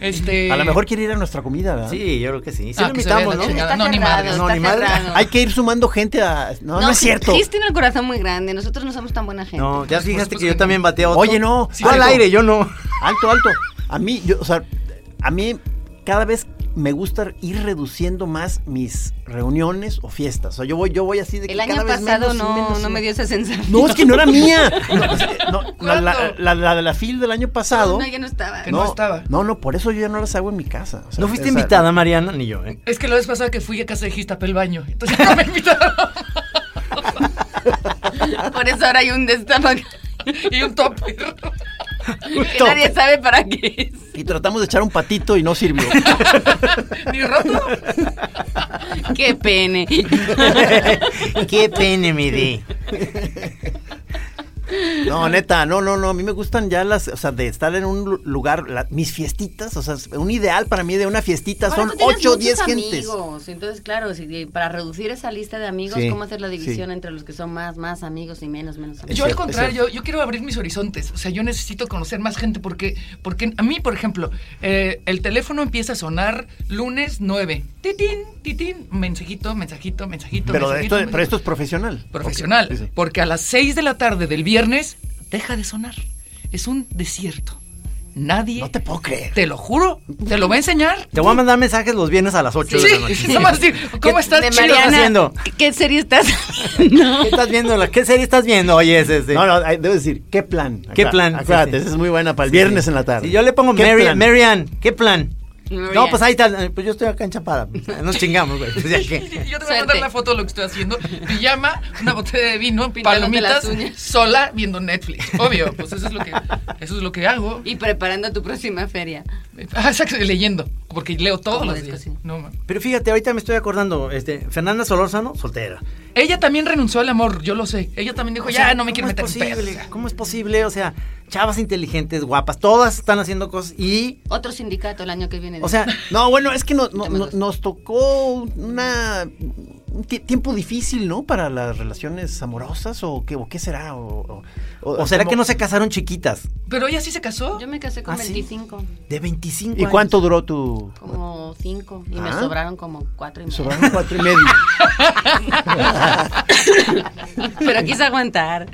D: Este,
C: A lo mejor quiere ir a nuestra comida, ¿verdad?
B: Sí, yo creo que sí. Sí
D: Ah,
B: lo
D: que se vea
B: imitamos,
D: la
B: ¿no?
D: chingada.
E: Está
D: No, ni
E: cerrado,
D: madre.
B: No,
E: está
B: ni madre.
E: cerrado.
C: Hay que ir sumando gente a. No, no, es cierto.
E: Gis tiene el corazón muy grande. Nosotros no somos tan buena gente.
B: No, ya fijaste
D: pues,
B: que yo
D: que-
B: también bateo.
C: Oye, no.
B: Tú al
C: alto,
B: aire, yo no.
C: Alto, alto. A mí, yo, o sea, a mí cada vez me gusta ir reduciendo más mis reuniones o fiestas. O sea, yo voy, yo voy así de que
E: El año
C: cada vez
E: pasado
C: menos y
E: no,
C: menos y
E: no me dio esa sensación.
C: No, es que no era mía. No, es que no, la, la,
D: ¿Cuándo?
C: la- la de la fil del año pasado.
E: No, ya no estaba.
D: Que no estaba.
C: No, no, por eso yo ya no las hago en mi casa. O sea,
B: No fuiste
C: o sea,
B: invitada, Mariana, ni yo, ¿eh?
D: es que la vez pasada que fui a casa de Gistapé el baño. Entonces no me invitaron.
E: Por eso ahora hay un destapa que
D: y un topper.
E: que nadie sabe para qué es.
C: Y tratamos de echar un patito y no sirvió.
D: Ni roto.
E: Qué pene.
B: Qué pene me di.
C: No, neta, no, no, no. A mí me gustan ya las, o sea, de estar en un lu- lugar, la- mis fiestitas, o sea, es un ideal para mí de una fiestita
E: Ahora
C: son
E: tú pues,
C: 8
E: tienes
C: o
E: muchos
C: 10 gentes.
E: amigos, Entonces, claro, si- eh, para reducir esa lista de amigos,
C: Sí,
E: ¿cómo hacer la división
C: sí.
E: entre los que son más, más amigos y menos, menos amigos?
D: Yo al
C: cierto, es
D: contrario, yo, yo quiero abrir mis horizontes. O sea, yo necesito conocer más gente porque, porque a mí, por ejemplo, eh, el teléfono empieza a sonar lunes 9. Titín, titín, mensajito, mensajito, mensajito.
C: Pero, de
D: mensajito,
C: esto, pero esto
D: mensajito.
C: es profesional.
D: profesional.
C: Ok, sí, sí.
D: Porque a las 6 de la tarde del viernes deja de sonar. Es un desierto. Nadie.
C: No te puedo creer.
D: Te lo juro, te lo voy a enseñar.
B: Te voy a mandar mensajes los viernes a las 8 de la noche.
D: Sí, nada más decir, ¿cómo estás,
E: de
D: chido?
B: estás
E: Mariana,
B: haciendo?
E: ¿qué- ¿qué serie estás viendo?
B: ¿Qué estás viendo? La- ¿Qué serie estás viendo? Oye, ese, ese.
C: No, no, hay- debo decir, ¿qué plan?
B: ¿Qué
C: Acá-
B: plan?
C: Acuérdate,
B: Sí, sí.
C: esa es muy buena para el
B: Sí,
C: viernes
B: sí.
C: en la tarde.
B: Sí, yo le pongo
C: ¿Qué
B: Marian,
C: plan?
B: Marian, ¿qué plan?
E: Marian.
B: No, pues ahí está. eh, Pues yo estoy acá en Chapada. Nos chingamos, güey. O sea que-
D: Yo te voy a mandar
E: Suerte.
D: la foto de lo que estoy haciendo. Pijama, una botella de vino,
E: Pintándote las
D: palomitas,
E: uñas.
D: sola viendo Netflix. Obvio, pues eso es lo que, eso es lo que hago.
E: Y preparando tu próxima feria.
D: Ah, exacto, leyendo, porque leo todos
E: Como
D: los
E: de
D: días.
E: cocina.
D: No, ma.
B: Pero fíjate, ahorita me estoy acordando. Este, Fernanda Solórzano, soltera.
D: ella también renunció al amor, yo lo sé. Ella también dijo,
B: O sea,
D: ya no me quiero
B: ¿cómo es
D: meter en pedos.
B: posible? ¿Cómo es posible? O sea, chavas inteligentes, guapas, todas están haciendo cosas y.
E: Otro sindicato el año que viene.
B: O sea,
C: No, bueno, es que no- no-
E: Te
C: no-
E: mandas.
C: nos tocó una, un ti- tiempo difícil, ¿no? Para las relaciones amorosas o qué, o qué será. O, o-
B: ¿o será
C: como-
B: que no se casaron chiquitas?
D: Pero ella sí se casó.
E: yo me casé con
B: ¿Ah, sí?
E: 25,
B: De 25
C: ¿Y
B: años.
C: cuánto duró tu...?
E: como 5, y me
C: Ah.
E: sobraron como 4 y medio.
C: Sobraron cuatro y medio.
E: Pero quise aguantar.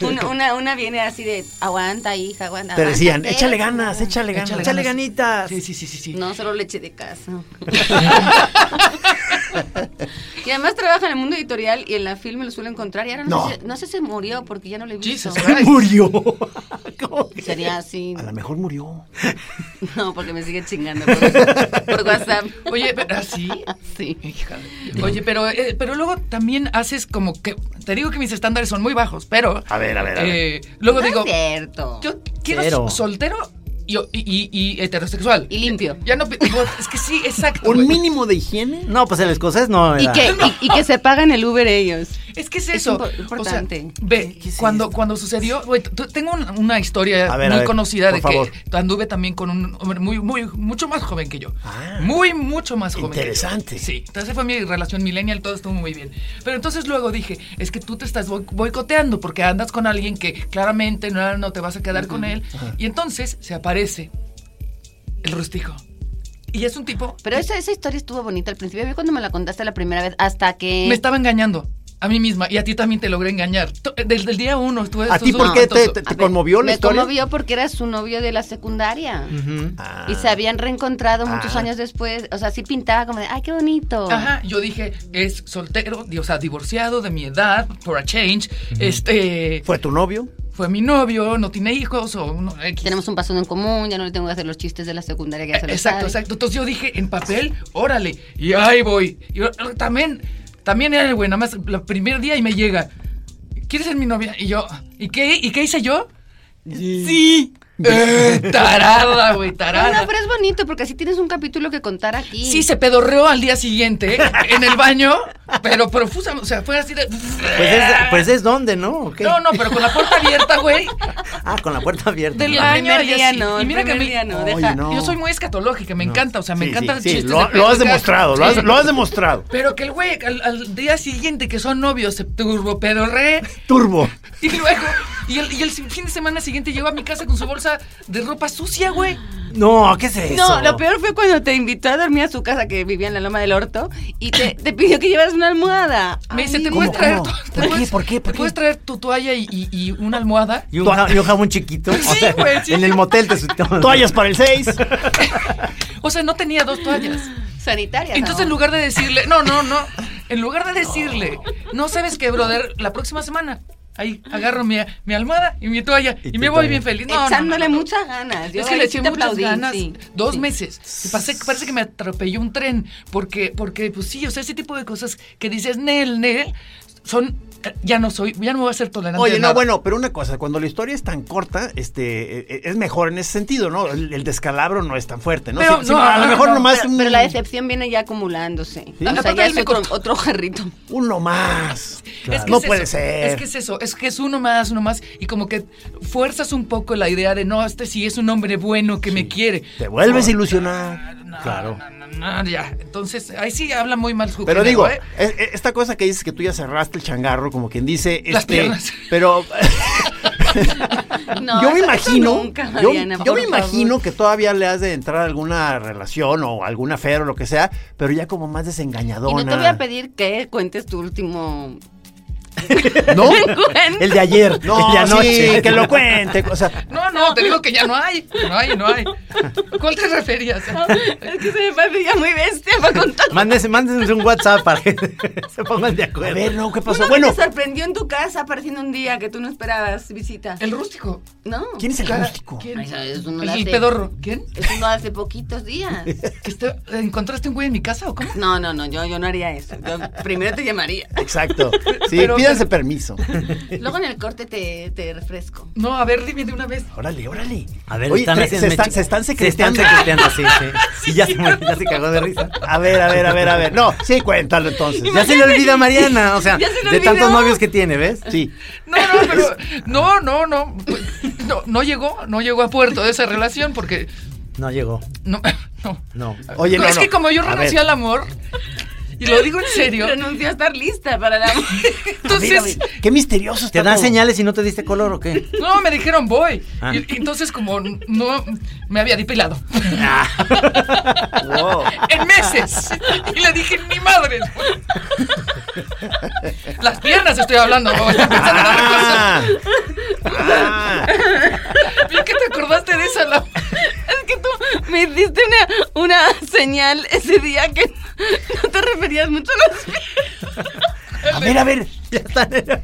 E: Una, una, una viene así de, aguanta, hija, aguanta.
C: Te decían,
E: aguántate".
C: échale ganas, échale ganas.
D: Échale
B: Échale
D: ganas.
B: ganitas.
D: Sí, sí, sí, sí, sí.
E: No, solo leche de casa. y además trabaja en el mundo editorial y en la film lo suelo encontrar. Y ahora no,
C: No.
E: Sé, si- no sé si murió porque ya no le he visto.
D: Jesus Christ.
B: Murió. ¿Cómo que?
E: Sería así.
C: A lo mejor murió.
E: No, porque me sigue chingando por, por WhatsApp.
D: Oye, pero así.
E: Sí.
D: Híjole. Oye, pero, eh, pero luego también haces como que. Te digo que mis estándares son muy bajos, pero.
C: A ver, a ver, a
D: eh, luego
E: No
D: digo,
E: es cierto.
D: yo quiero
B: Cero.
D: soltero y, y- y- y heterosexual.
E: Y limpio.
D: Ya no. digo, Es que sí, exacto.
C: ¿Un
D: güey.
C: mínimo de higiene?
B: No, pues el escocés no.
E: Y
B: era.
E: que, y, y que se pagan el Uber ellos.
D: Es que es
E: Es
D: eso.
E: impo- importante.
D: O sea, ve,
B: ¿Qué- qué es
D: cuando,
B: esto? Pues,
D: cuando sucedió, güey, tú- tengo un- una historia
C: A ver, a
D: muy
C: ver,
D: conocida de
C: por favor.
D: que anduve también con un hombre muy, muy, mucho más joven que yo. muy, mucho más joven. que
C: Ah.
D: yo.
C: Interesante.
D: Sí, entonces fue mi relación millennial, todo estuvo muy bien. Pero entonces luego dije, es que tú te estás boi- boicoteando porque andas con alguien que claramente no, no te vas a quedar con él. Y entonces se aparece el rustico. Y es un tipo...
E: Pero esa, esa historia estuvo bonita al principio. Yo cuando me la contaste la primera vez, hasta que.
D: Me estaba engañando a mí misma y a ti también te logré engañar. To- Desde el día uno estuve...
C: ¿A
D: estos
C: ti
D: dos
C: por qué te,
D: espantosos.
C: te- te
E: A ver,
C: conmovió la
E: me
C: historia?
E: conmovió porque era su novio de la secundaria.
B: Ujú.
C: Ah.
E: Y se habían reencontrado muchos
C: Ah.
E: años después. O sea, sí pintaba como de, ay, qué bonito.
D: Ajá, yo dije, es soltero, di- o sea, divorciado de mi edad, for a change. Este,
C: ¿Fue tu novio?
D: fue mi novio, no tiene hijos o no, X.
E: Tenemos un pasado en común, ya no le tengo que hacer los chistes de la secundaria que
D: Eh,
E: hace los
D: Exacto, exacto. Entonces yo dije, en papel, órale, y ahí voy. Y yo, eh, también, también era el güey, nada más, el primer día y me llega, ¿quieres ser mi novia? Y yo, ¿y qué, ¿y qué hice yo? Sí. Eh, tarada, güey,
E: No,
D: tarada.
E: no, pero es bonito porque así tienes un capítulo que contar aquí.
D: Sí, se pedorreó al día siguiente en el baño, pero profusa, o sea, fue así de...
B: Pues es, pues es donde, ¿no? ¿O qué?
D: No, no, pero con la puerta abierta, güey.
B: Ah, con la puerta abierta.
D: Del
B: Ah,
D: baño
E: primer
D: y
E: día
D: así.
E: no,
D: Y
E: el
D: mira que
E: primer
D: me-
E: día no,
C: Oye,
E: deja.
C: no.
D: Yo soy muy escatológica, me encanta, o sea, me
C: Sí,
D: encantan
C: sí, sí,
D: chistes
C: lo,
D: de
C: lo has
D: pedo,
C: demostrado, lo
D: sí.
C: has, lo has demostrado.
D: Pero que el güey al, al día siguiente que son novios se turbo pedorré
C: Turbo.
D: y luego y el, y el fin de semana siguiente llegó a mi casa con su bolsa de ropa sucia, güey.
B: No, ¿qué es eso?
E: No, lo peor fue cuando te invitó a dormir a su casa que vivía en la Loma del Orto y te, te pidió que llevaras una almohada.
D: Me dice,
E: Ay,
D: "¿Te
C: ¿cómo,
D: puedes traer
C: cómo?
D: tu, te
C: ¿Por qué,
D: puedes-
C: por qué, por
D: te
C: qué?
D: puedes traer tu toalla y, y- y una almohada?"
B: ¿Y un, ja- y un jabón chiquito?
D: Sí, güey, sí.
B: En el motel te
C: Toallas para el 6.
D: O sea, no tenía dos toallas.
E: Sanitaria.
D: Entonces, en lugar de decirle, no, no, no, en lugar de decirle, no sabes qué, brother, la próxima semana, ahí agarro mi, mi almohada y mi toalla y,
B: tu
D: me voy
B: toalla.
D: bien feliz. No, no,
E: Echándole
D: no, no.
E: muchas ganas. Yo
D: es que le
E: ahí sí
D: eché
E: te
D: muchas
E: aplaudí,
D: ganas,
E: sí.
D: dos
E: Sí.
D: meses. Y pasé- parece que me atropelló un tren, porque, porque, pues sí, o sea, ese tipo de cosas que dices, Nel, Nel, son ya no soy, ya no voy a ser tolerante.
C: Oye,
D: de
C: no,
D: nada.
C: bueno, pero una cosa, cuando la historia es tan corta, este, eh, eh, es mejor en ese sentido, ¿no? El, el descalabro no es tan fuerte, ¿no?
D: Pero
C: Sí, sí,
D: no,
C: a lo
D: no,
C: mejor
D: no,
C: nomás
E: Pero,
C: un,
E: pero la decepción viene ya acumulándose. O sea,
D: Aparte,
E: ya
D: él
E: es
D: me
E: otro,
D: cortó.
E: otro jarrito.
C: uno más.
D: Es que
C: no
D: es
C: puede
D: eso,
C: ser.
D: Es que es eso, es que es uno más, uno más, y como que fuerzas un poco la idea de no, este sí es un hombre bueno que me quiere.
C: Te vuelves a
D: No,
C: ilusionar.
D: no,
C: claro.
D: no, no, no, ya. Entonces, ahí sí habla muy mal su ¿eh?
C: Pero digo, es- es- esta cosa que dices que tú ya cerraste el changarro, como quien dice,
D: Las
C: este,
D: piernas.
C: pero
E: No,
C: yo me
E: eso- eso
C: imagino,
E: nunca,
C: yo,
E: Mariana,
C: yo
E: por
C: me
E: favor.
C: imagino que todavía le has de entrar a alguna relación o alguna fe o lo que sea, pero ya como más
E: Y
C: desengañadona.
E: no te voy a pedir que cuentes tu último
C: ¿No?
E: encuentro.
B: El de ayer,
C: No,
B: el de anoche.
C: sí, que lo cuente, o sea,
D: No, no, te digo que ya no hay. No hay, no hay. ¿Cuál te referías?
E: es que se me parece ya muy bestia para contar.
B: Mándense, mándense un WhatsApp para que se pongan de
C: a
B: acuerdo.
C: ver, no, ¿qué pasó?
E: Uno
C: Pues Bueno,
E: que te sorprendió en tu casa apareciendo un día que tú no esperabas visita.
D: El rústico.
E: No.
C: ¿quién es el rústico?
D: ¿Quién?
E: Ay, sabes, uno
D: el,
E: la
D: el
E: hace-
D: pedorro. ¿Quién?
E: Es uno hace poquitos días.
D: ¿Que este- ¿Encontraste un güey en mi casa o cómo?
E: No, no, no, yo, yo no haría eso. Yo primero te llamaría.
C: Exacto. Sí,
D: Pero-
C: pídanse permiso.
E: Luego en el corte te, te refresco.
D: No, a ver, dime de una vez.
C: Órale, órale.
B: A ver,
C: Oye,
B: están
C: tre-
B: haciendo-
C: se, están, se están secretando.
B: Se están secreteando, sí, sí. Y ya se, murió, ya se cagó de risa.
C: A ver, a ver, a ver, a ver. No, sí, cuéntalo entonces.
B: Ya se le olvida a Mariana, o sea,
E: Ya se le
B: de tantos
E: olvidó.
B: novios que tiene, ¿ves?
C: Sí.
D: No, no, pero. No, no, no. pues, No, no llegó, no llegó a puerto de esa relación porque.
B: No llegó,
D: No, no.
B: no.
C: Oye, no,
D: es que
C: no.
D: como yo
C: A ver.
D: renuncié al amor, y lo digo en serio,
E: Renunció a estar lista para la.
C: Mira,
D: entonces.
C: mira, qué misterioso está
B: ¿Te dan
C: todo.
B: señales y no te diste color o qué?
D: No, me dijeron voy.
B: Ah.
D: Y, y entonces, como no me había depilado.
C: Wow.
D: en meses. Y le dije, mi madre. Las piernas estoy hablando. ¿no? Estoy pensando en otra cosa.
C: Ah. Ah.
D: ¿Pero qué te acordaste de esa? La-
E: Es que tú me diste una, una señal ese día que no te referías mucho a los pies.
C: A ver, a ver.
B: Ya están.
C: A ver,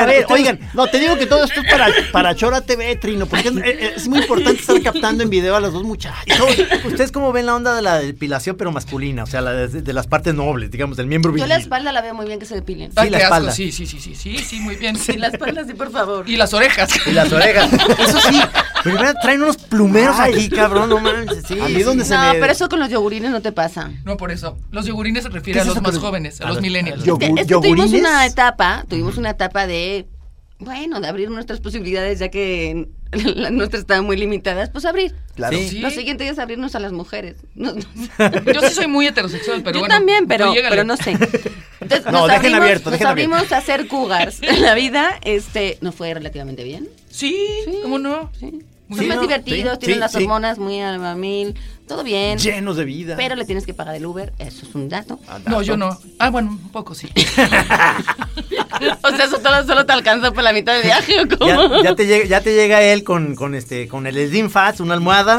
C: a ver,
B: ustedes-
C: oigan, no, te digo que todo esto es para, para Chora TV, Trino, porque es, es muy importante estar captando en video a los dos muchachos.
B: ¿Ustedes cómo ven la onda de la depilación pero masculina? O sea, la de, de las partes nobles, digamos, del miembro
E: Yo la
B: viril.
E: espalda la veo muy bien que se depilen.
D: Ay,
B: la
D: qué asco.
B: espalda.
D: Sí, sí, sí, sí, sí, sí, muy bien.
E: Y la espalda sí, por favor.
D: Y las orejas.
B: Y las orejas. Eso sí, primero traen unos plumeros
C: Ay.
B: aquí, cabrón, no manches. Sí,
C: A mí donde se
E: No,
C: me-
E: pero eso con los yogurines no te pasa.
D: No, por eso. Los yogurines se
C: ¿Qué
D: refiere
C: es
D: a los
C: eso
D: más
C: que-
D: jóvenes, a
B: a
D: los
B: los-
D: millennials.
C: Yo-
E: Este-
C: ¿Yogur-
E: es que tuvimos
C: yogurines?
E: una etapa, tuvimos una etapa de, bueno, de abrir nuestras posibilidades, ya que las nuestras estaban muy limitadas, pues abrir.
C: Claro.
D: Sí.
E: Lo siguiente ya es abrirnos a las mujeres. No- no-
D: Yo sí soy muy heterosexual, pero
E: Yo
D: bueno.
E: también, pero,
D: tú llégale.
E: pero no sé. Entonces,
C: No,
E: nos
C: dejen
E: abrimos,
C: abierto,
E: nos
C: dejen abierto.
E: abrimos a hacer cougars en la vida. Este, nos fue relativamente bien.
D: Sí, ¿cómo no?
E: Sí.
D: Muy
E: Son
D: bien.
E: más divertidos,
C: sí,
E: tienen
C: sí,
E: las
C: sí.
E: hormonas muy a mil, todo bien.
C: Llenos de vida.
E: Pero le tienes que pagar el Uber, eso es un dato.
D: No, yo no. Ah, bueno, un poco sí.
E: o sea, eso solo, solo te alcanza por la mitad del viaje o cómo.
B: Ya, ya te llega, ya te llega él con, con este, con el Slim Fast, una almohada.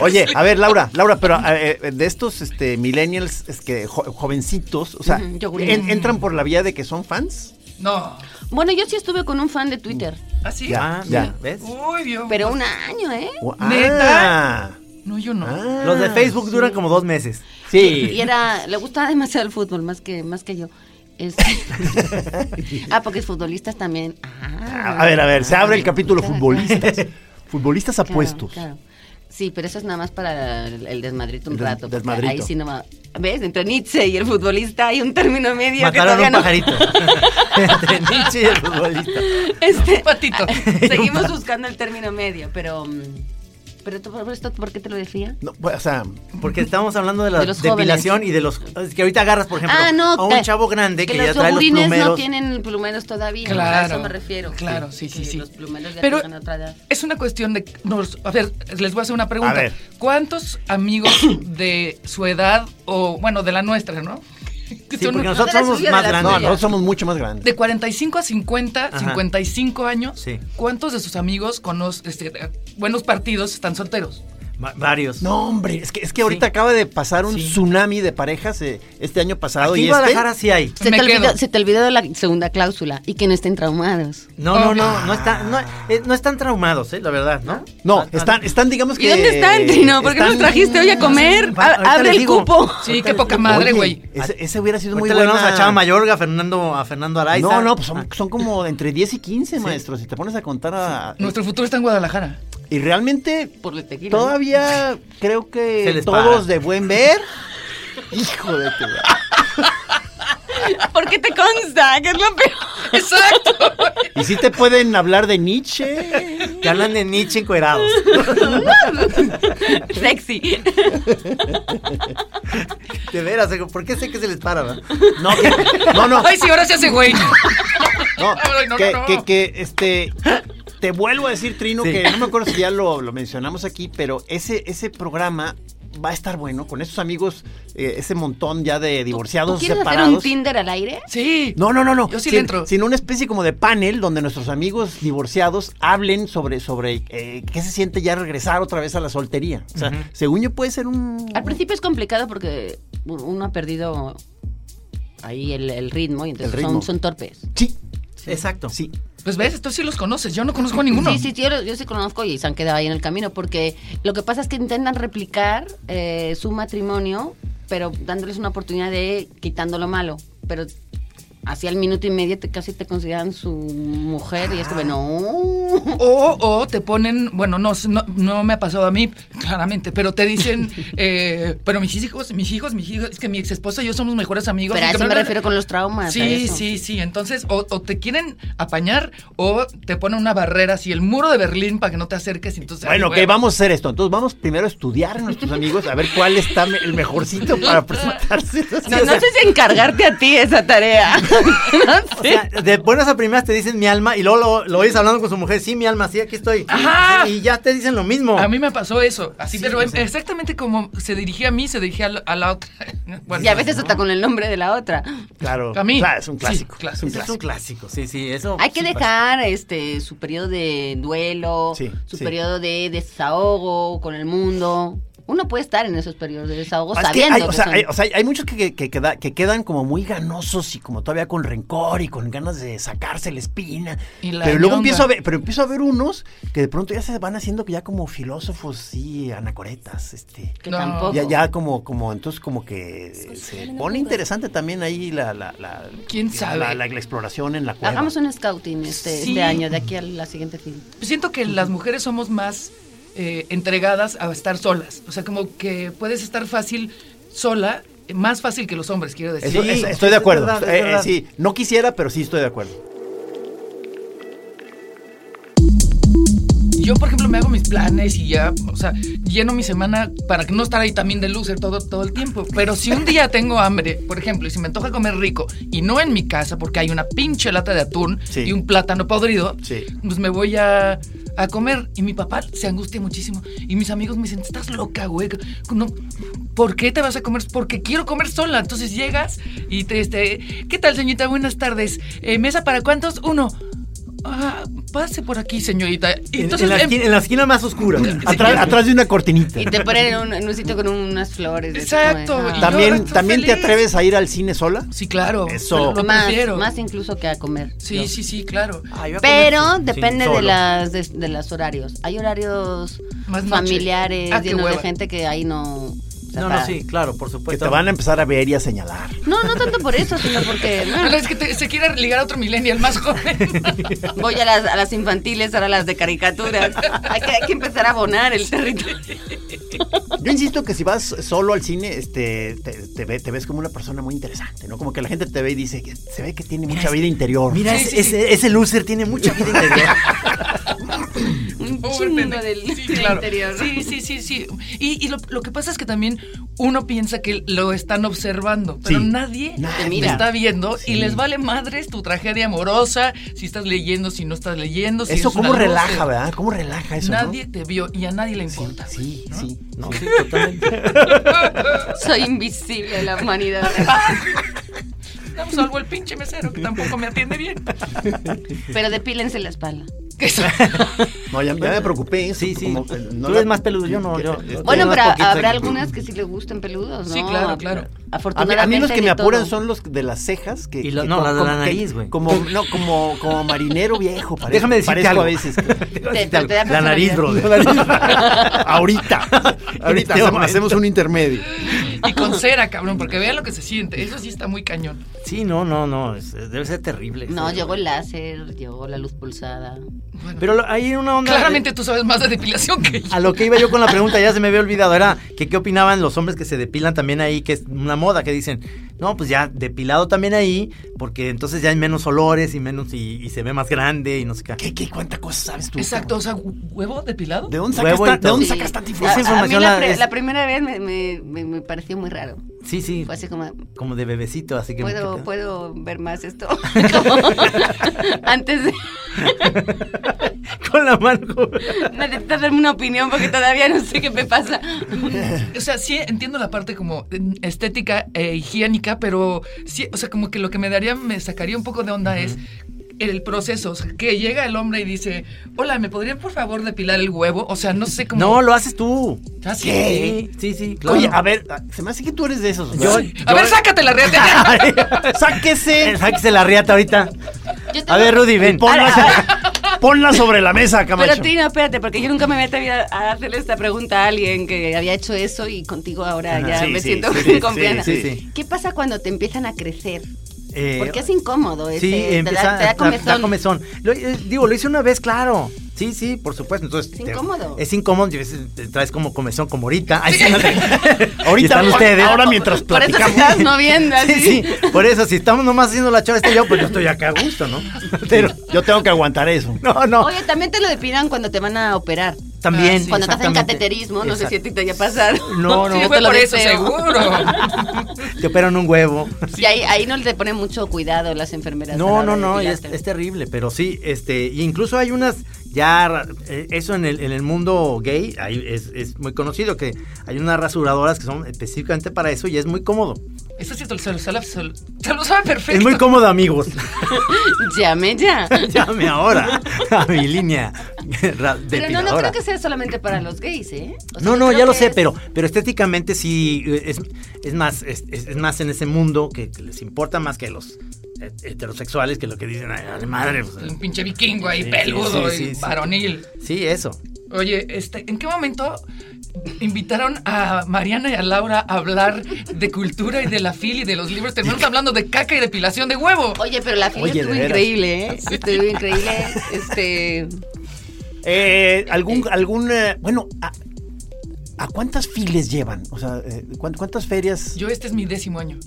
C: Oye, a ver, Laura, Laura, pero eh, eh, de estos este, millennials es que jo- jovencitos, o sea,
E: Ujú, yogurines.
C: en- entran por la vía de que son fans.
D: No.
E: Bueno, yo sí estuve con un fan de Twitter,
D: ¿Así?
C: Ya.
B: Ah, mira, ¿ves?
D: Uy, Dios.
E: pero un año, ¿eh?
D: ¿Neta?
C: Ah.
D: No, yo no.
C: Ah.
B: Los de Facebook duran como dos meses.
C: Sí.
E: Y era, le gustaba demasiado el fútbol, más que, más que yo. Este- ah, porque es futbolistas también. Ah.
C: A ver, a ver, se abre el
E: Claro,
C: capítulo
E: claro,
C: futbolistas. Futbolistas
E: claro,
C: apuestos.
E: claro. Sí, pero eso es nada más para el, el desmadrito un
C: El des-
E: rato. porque
C: desmadrito.
E: Ahí sí no va- ¿Ves? Entre Nietzsche y el futbolista hay un término medio
B: Mataron
E: que
B: a
E: todavía
B: un
E: no-
B: pajarito. Entre Nietzsche y el futbolista.
E: Este,
D: Un patito.
E: Seguimos buscando el término medio, pero... mm, Pero tú, por esto, ¿por qué te lo decía?
C: No, pues, o sea,
B: Porque estamos hablando de la
E: De los
B: depilación y de los. Es que ahorita agarras, por ejemplo,
E: ah, no,
B: a
E: que-
B: un chavo grande que,
E: los
B: ya trae los
E: yogurines
B: plumeros.
E: no tienen plumeros todavía. A
D: Claro,
E: eso me refiero.
D: claro,
E: que-
D: sí, sí,
E: que
D: sí.
E: Los plumeros ya
D: Pero-
E: tienen otra edad.
D: Es una cuestión de... nos- a ver, les voy a hacer una pregunta.
C: A ver.
D: ¿Cuántos amigos de su edad o, bueno, de la nuestra, no? Que
B: Sí,
D: son
B: porque
E: No
B: nosotros
E: de la
B: somos
E: suya, de
B: más
E: la
B: grandes.
C: no,
E: suya.
C: nosotros somos mucho más grandes.
D: De 45 a 50,
B: Ajá.
D: 55 años,
B: Sí.
D: ¿cuántos de sus amigos con los este, eh, buenos partidos están solteros?
B: Va- varios.
C: No, hombre, es que, es que ahorita
B: Sí.
C: acaba de pasar un
B: Sí.
C: tsunami de parejas eh, este año pasado
B: Aquí
C: y
B: en
C: este.
B: Guadalajara sí hay.
E: Se
D: Me
E: te,
D: quedo.
E: olvidó, se te olvidó de la segunda cláusula y que no estén traumados.
B: No, no,
D: Obvio.
B: no, no, está, no, eh, no están traumados, eh, la verdad, ¿no?
C: No,
B: Ah, ah,
C: están, están, digamos que.
E: ¿Y dónde están, Trino? ¿Por qué no
C: están-
E: los trajiste hoy a comer?
B: Va- ahorita
E: A- Abre
B: les
E: el
B: digo.
E: cupo.
D: Sí, qué poca madre,
C: Oye,
D: güey.
C: Ese, ese hubiera sido
B: Ahorita
C: muy
B: le
C: bueno.
B: vamos a echar a Mayorga, a Fernando, a Fernando Araiza.
C: No, no, pues son,
B: Ah,
C: son como entre 10 y 15, maestro. Si te pones a contar a.
D: Nuestro futuro está en Guadalajara.
C: Y realmente,
E: Por el tequila.
C: todavía creo
B: Se
C: que
B: les para.
C: todos de buen ver. Hijo de tu.
E: ¿Por qué te consta? Que es lo peor.
D: Exacto.
C: Y si te pueden hablar de Nietzsche.
B: que hablan de Nietzsche encuerados.
E: Sexy.
B: De veras, digo, ¿por qué sé que se les para? va?
C: No, que- no, no.
D: Ay, sí, ahora se hace güey.
C: No,
D: Ay, no,
C: que,
D: no, no.
C: que- que, este. Te vuelvo a decir, Trino,
B: Sí.
C: que no me acuerdo si ya lo, lo mencionamos aquí, pero ese, ese programa va a estar bueno con esos amigos, eh, ese montón ya de divorciados
E: ¿Tú quieres
C: separados.
E: hacer un Tinder al aire?
D: Sí.
C: No, no, no, no.
D: Yo sí
C: Sin-
D: le entro.
C: Sino una especie como de panel donde nuestros amigos divorciados hablen sobre, sobre eh, qué se siente ya regresar otra vez a la soltería. O sea, según yo puede ser un.
E: Al principio es complicado porque uno ha perdido ahí el, el ritmo y entonces
C: El ritmo.
E: Son, son torpes.
C: Sí,
B: Exacto.
C: sí.
D: Pues ves, tú sí los conoces. Yo no conozco a ninguno.
E: Sí, sí, sí, yo, yo sí conozco y se han quedado ahí en el camino porque lo que pasa es que intentan replicar eh, su matrimonio, pero dándoles una oportunidad de quitando lo malo, pero así al minuto y medio te, casi te consideran su mujer y es como, no,
D: O, o te ponen, bueno, no, no, no me ha pasado a mí, claramente, pero te dicen, eh, pero mis hijos, mis hijos, mis hijos, es que mi ex esposa y yo somos mejores amigos.
E: pero
D: Y
E: a
D: que
E: eso me
D: bla, bla,
E: refiero con los traumas. a
D: Sí,
E: eso.
D: sí, sí. Entonces, o, o te quieren apañar o te ponen una barrera así, el muro de Berlín para que no te acerques. y Entonces,
C: Bueno,
D: ay,
C: ok,
D: güey.
C: vamos a hacer esto. Entonces vamos primero a estudiar a nuestros amigos, a ver cuál está me- el mejorcito para presentarse.
E: No, no sé si encargarte a ti esa tarea. No
B: O
E: sé.
B: sea, de buenas a primeras te dicen mi alma y luego lo, lo oís hablando con su mujer, sí, mi alma, sí, aquí estoy.
D: Ajá.
B: Y ya te dicen lo mismo.
D: A mí me pasó eso. Así,
B: Sí,
D: pero
B: o sea.
D: exactamente como se dirigía a mí, se dirigía a la, a la otra. Bueno,
E: y a veces hasta con el nombre de la otra.
C: Claro.
D: A mí.
C: Claro, es un
D: Sí,
C: clásico.
D: claro,
C: es un
D: sí,
B: Ese es un
C: clásico.
B: clásico, sí, sí, eso.
E: Hay que
B: sí pasa.
E: dejar este su periodo de duelo,
C: Sí,
E: su
C: sí.
E: periodo de desahogo con el mundo. Uno puede estar en esos periodos de desahogo
C: Es que
E: sabiendo.
C: hay, o,
E: que
C: sea,
E: son-
C: hay, o sea, hay muchos que, que- que queda- que quedan como muy ganosos y como todavía con rencor y con ganas de sacarse la espina.
D: Y la
C: pero luego
D: ñonga.
C: empiezo a ver, pero empiezo a ver unos que de pronto ya se van haciendo que ya como filósofos sí, anacoretas, este.
E: que
D: No.
E: tampoco.
C: Ya, ya como, como, entonces como que se pone interesante también ahí la, la, la-
D: ¿Quién
C: la-
D: sabe?
C: la, la- la exploración en la cueva.
E: Hagamos un scouting este,
D: Sí.
E: este año, de aquí a la siguiente fin.
D: siento que las mujeres somos más eh, entregadas a estar solas. O sea, como que puedes estar fácil sola, eh, más fácil que los hombres, quiero decir.
C: Eso-
B: Sí,
C: es-
B: sí,
C: estoy de
B: es
C: acuerdo.
B: verdad, es
C: Eh, eh,
B: verdad.
C: sí, no quisiera, pero sí estoy de acuerdo.
D: Yo, por ejemplo, me hago mis planes y ya, o sea, lleno mi semana para que no estar ahí también de loser todo, todo el tiempo. Pero si un día tengo hambre, por ejemplo, y si me antoja comer rico y no en mi casa porque hay una pinche lata de atún
C: Sí.
D: y un plátano podrido,
C: Sí.
D: pues me voy a, a comer. Y mi papá se angustia muchísimo. Y mis amigos me dicen, estás loca, güey. No, ¿Por qué te vas a comer? Porque quiero comer sola. Entonces llegas y te, este, ¿qué tal, señorita? Buenas tardes. Eh, ¿Mesa para cuántos? Uno. Ah, pase por aquí, señorita. Y
B: En-
D: entonces,
B: en, la
D: em-
B: esquina, en la esquina más oscura.
C: Atrás, atrás de una cortinita.
E: Y te ponen en un, en un sitio con unas flores. de- este
D: Exacto,
E: como de-
D: y yo
C: ¿También,
D: estoy
C: ¿también te
D: feliz.
C: atreves a ir al cine sola?
D: Sí, claro.
C: Eso.
D: Lo
E: más,
D: prefiero.
E: más incluso que a comer.
D: sí,
E: Yo-
D: sí, sí, claro.
B: Ah,
E: Pero depende de,
B: la
E: las, de, de los horarios. Hay horarios
D: Más noche.
E: familiares,
D: Ah, qué
E: llenos de
D: hueva.
E: gente que ahí no... o sea,
B: No, no,
E: está-
B: sí, claro, por
C: Que
B: supuesto.
C: te van a empezar a ver y a señalar.
E: No, no tanto por eso, sino porque
D: Pero
E: bueno,
D: Ah, es que te- se quiere ligar a otro millennial más joven.
E: voy a las, a las infantiles, ahora a las de caricaturas. Hay que, hay que empezar a abonar el territorio.
C: Yo insisto que si vas solo al cine, este, te, te ve- te ves como una persona muy interesante, ¿no? Como que la gente te ve y dice, que se ve que tiene mucha vida interior.
B: Mira,
D: Sí,
B: ese,
D: sí, sí.
B: ese- ese loser tiene mucha vida interior.
E: Un
D: Pobre
E: chingo
D: pendejo.
E: del,
D: Sí,
E: del
D: claro.
E: interior.
D: Sí, sí, sí, sí. Y, y lo, lo que pasa es que también uno piensa que lo están observando, pero
C: Sí.
D: nadie
C: Nadie.
D: te
E: Mira.
D: está viendo
C: Sí.
D: y les vale madres tu tragedia amorosa, si estás leyendo, si no estás leyendo. Si
C: eso
D: eres una
C: cómo relaja,
D: loser.
C: ¿verdad? ¿Cómo relaja eso? no?
D: Nadie te vio y a nadie le
C: Sí,
D: importa.
C: sí, sí.
B: No, sí, totalmente.
E: Soy invisible a la humanidad.
D: Salvo el pinche mesero que tampoco me atiende bien.
E: Pero depílense la espalda.
D: que eso-
C: No, ya, ya me preocupé.
B: Sí, sí.
C: como- no
B: Tú
C: la-
B: eres más peludo, yo no. yo-
E: Bueno,
B: yo
E: pero
B: más poquito.
E: habrá algunas que sí le gusten peludos, ¿no?
D: Sí, claro, claro.
C: A mí,
E: Afortunadamente.
C: a mí los que
E: de
C: me apuran
E: todo.
C: son los de las cejas que
B: Y lo-
C: que
B: no,
C: co-
B: las de la
C: como- que-
B: nariz, güey.
C: Como no, como como marinero viejo, parece.
B: Déjame decirte
C: parezco
B: algo.
C: a veces.
B: Déjame
E: Te-
B: decirte
E: te da
B: algo. La nariz,
E: personalidad.
B: brother.
C: Ahorita. Ahorita
B: Este
C: hacemos,
B: momento.
C: hacemos un intermedio.
D: Y con cera, cabrón, porque vean lo que se siente. Eso sí está muy cañón.
B: Sí, no, no, no. es- debe ser terrible.
E: No,
B: Sí.
E: llegó el láser, llegó la luz pulsada.
B: Pero lo- hay una onda.
D: Claramente tú sabes más de depilación que yo.
B: A lo que iba yo con la pregunta, ya se me había olvidado, era que qué opinaban los hombres que se depilan también ahí, que es una moda, que dicen, no, pues ya depilado también ahí, porque entonces ya hay menos olores y menos, y, y se ve más grande y no sé qué.
C: ¿Qué, qué, cuánta cosa sabes tú?
D: Exacto, o sea, huevo depilado.
C: ¿De dónde sacas,
B: Huevo y
C: tan- ¿de
B: todo.
C: dónde
E: Sí.
C: sacas tanta
E: A-
B: Esa
C: información?
E: A, mí
B: información
E: la,
B: la-
E: pre-
B: es-
E: la primera vez me, me- me- me pareció muy raro.
B: Sí, sí.
E: Fue así como,
B: Como de bebecito, así que.
E: Pues ¿puedo,
B: que-
E: ¿puedo ver más esto? Como- Antes de...
B: Con la mano. como-
E: Necesito darme una opinión porque todavía no sé qué me pasa.
D: O sea, sí entiendo la parte como mm, estética e higiénica, pero sí, o sea, como que lo que me daría, me sacaría un poco de onda es el proceso. O sea, que llega el hombre y dice, hola, ¿me podrían por favor depilar el huevo? O sea, no sé cómo.
B: No, lo haces tú.
D: Ah, sí.
B: Sí, sí, sí, claro.
C: Oye, a ver, se me hace que tú eres de esos.
B: Yo-
C: ¿verdad?
D: A ver, sácate la reata.
C: sáquese.
B: Eh, Sáquese la riata ahorita.
E: Yo tengo-
B: A ver, Rudy, ven.
C: Ponla, so- ponla sobre la mesa, Camacho.
E: Pero Tina, espérate, porque yo nunca me había atrevido a hacerle esta pregunta a alguien que había hecho eso y contigo ahora
C: Ajá,
E: ya
C: sí,
E: me
C: sí,
E: siento
C: sí,
E: muy
C: sí,
E: confiada.
B: sí, sí.
E: ¿Qué pasa cuando te empiezan a crecer?
B: Eh,
E: Porque es incómodo, ese,
B: Sí,
E: Este, te,
B: empieza
E: da, te da
B: a-
E: comezón.
B: da comezón. Lo- eh, digo, lo hice una vez, claro. Sí, sí, por supuesto. Entonces,
E: Es
B: te-
E: incómodo.
B: es incómodo. y a veces te traes como comezón, como ahorita. Ay, sí,
C: Ahorita,
B: Y están ustedes.
C: ahora mientras
E: Por eso te
C: platicamos.
E: estás moviendo así.
B: Sí, sí. Por eso, si estamos nomás haciendo la chora, este yo, pues yo estoy acá a gusto, ¿no? Pero,
C: Yo tengo que aguantar eso.
B: no, no.
E: Oye, también te lo depinan cuando te van a operar. Ah,
B: También.
E: Cuando te hacen
B: exactamente.
E: cateterismo, no sé si a
B: Exacto.
E: ti te haya pasado.
B: No, no.
D: Sí,
E: Yo
D: fue
E: te lo
D: por eso,
E: deseo.
D: seguro.
B: Te operan un huevo.
E: Y ahí, ahí no le ponen mucho cuidado las enfermeras. a la
B: pues, No, no,
E: hora de
B: no, y es,
E: depilarte.
B: es terrible, pero sí, este, y incluso hay unas ya, ra- eh, eso en el, en el mundo gay, ahí es, es muy conocido que hay unas rasuradoras que son específicamente para eso y es muy cómodo.
D: Eso sí, te lo- se lo, sabe- se lo- se lo sabe perfecto.
B: Es muy cómodo, amigos.
E: Llame ya.
B: Llame ahora a mi línea ra-
E: Pero no, no
B: depiladora.
E: creo que sea solamente para los gays, ¿eh? O sea,
B: No,
E: yo
B: no,
E: creo
B: ya lo
E: que
B: sé,
E: es-
B: pero, pero estéticamente sí eh, es, es más es, es- es más en ese mundo que, que les importa más que los eh, heterosexuales que lo que dicen, ay, ay, madre. pues,
D: Un pinche vikingo
B: Sí,
D: ahí,
B: sí,
D: peludo
B: sí,
D: y
B: sí, sí.
D: varonil.
B: sí, eso.
D: Oye, este, ¿en qué momento invitaron a Mariana y a Laura a hablar de cultura y de la fil y de los libros? Terminamos hablando de caca y depilación de huevo.
E: Oye, pero la fila
C: Oye,
E: estuvo
C: de veras.
E: increíble, ¿eh? Estuvo increíble. Este.
C: Eh, algún, algún, eh, bueno, a, ¿a cuántas files llevan? O sea, eh, ¿cuán- ¿cuántas ferias?
D: Yo este es mi décimo año.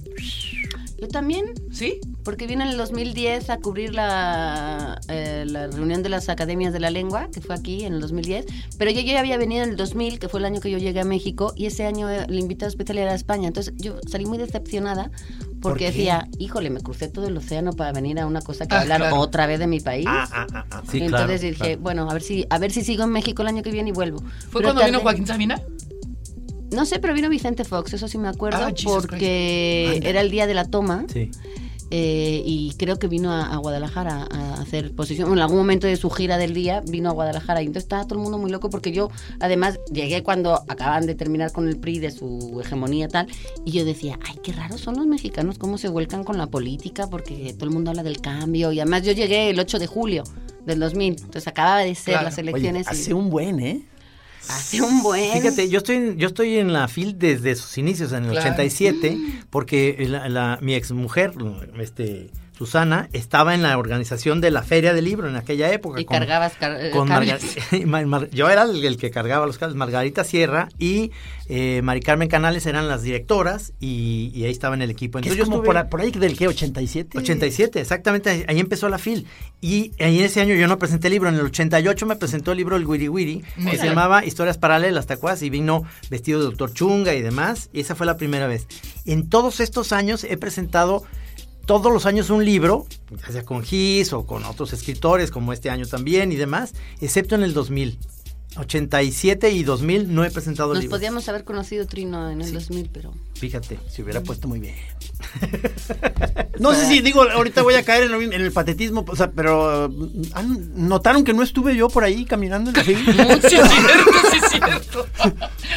E: Yo también,
D: ¿Sí?
E: porque vine en el 2010 a cubrir la, eh, la reunión de las Academias de la Lengua, que fue aquí en el 2010. Pero yo ya había venido en el 2000, que fue el año que yo llegué a México, y ese año eh, el invitado especial era España. Entonces yo salí muy decepcionada porque
C: qué?
E: decía, híjole, me crucé todo el océano para venir a una cosa que
D: Ah,
E: hablar
D: claro.
E: otra vez de mi país.
C: Ah, ah, ah, ah.
B: Sí, claro,
E: Entonces dije,
B: claro.
E: bueno, a ver si a ver si sigo en México el año que viene y vuelvo.
D: ¿Fue
E: Pero
D: cuando vino
E: tardé-
D: Joaquín Sabina?
E: No sé, pero vino Vicente Fox, eso sí me acuerdo,
D: Ah, Jesus
E: porque era el día de la toma
B: Sí.
E: eh, y creo que vino a, a Guadalajara a hacer posición. En algún momento de su gira del día vino a Guadalajara y entonces estaba todo el mundo muy loco porque yo además llegué cuando acababan de terminar con el PRI de su hegemonía tal y yo decía, ay, qué raros son los mexicanos, cómo se vuelcan con la política porque todo el mundo habla del cambio y además yo llegué el 8 de julio del 2000, entonces acababa de ser
D: Claro.
E: las
C: Oye,
E: elecciones. y-
C: hace un buen, ¿eh?
E: Hace un buen.
C: Pues.
B: Fíjate, yo estoy, en- yo estoy en la FIL desde sus inicios, en el
D: Claro.
B: 87,
C: Mm.
B: porque la, la- mi exmujer, este, Susana, estaba en la organización de la Feria del Libro en aquella época.
E: Y
B: con-
E: cargabas car- eh,
B: con
E: cables.
B: Marga- Mar- Mar- yo era el, el que cargaba los cables, Margarita Sierra y eh, Mari Carmen Canales eran las directoras y, y ahí estaba en el equipo.
C: Que
B: Entonces
C: es
B: yo
C: como
B: estuve-
C: por, a- por ahí del que,
E: Este,
C: 87.
B: 87, exactamente, ahí- ahí empezó la FIL. Y ahí en ese año yo no presenté el libro, en el 88 me presentó el libro El Wiri Wiri, que se
D: Órale.
B: llamaba Historias Paralelas, ¿te acuerdas? Y vino vestido de doctor Chunga y demás, y esa fue la primera vez. En todos estos años he presentado todos los años un libro, ya sea con Gis o con otros escritores, como este año también y demás, excepto en el 2000. 87 y 2000 no he presentado
E: Nos
B: libros.
E: podíamos haber conocido Trino en el 2000, pero.
B: Fíjate.
C: Se hubiera puesto muy bien. No sé si digo, ahorita voy a caer en, lo mismo- en el patetismo, o sea, pero mm, ¿han- ¿notaron que no estuve yo por ahí caminando en la fila?
D: Sí, es cierto, sí, es cierto.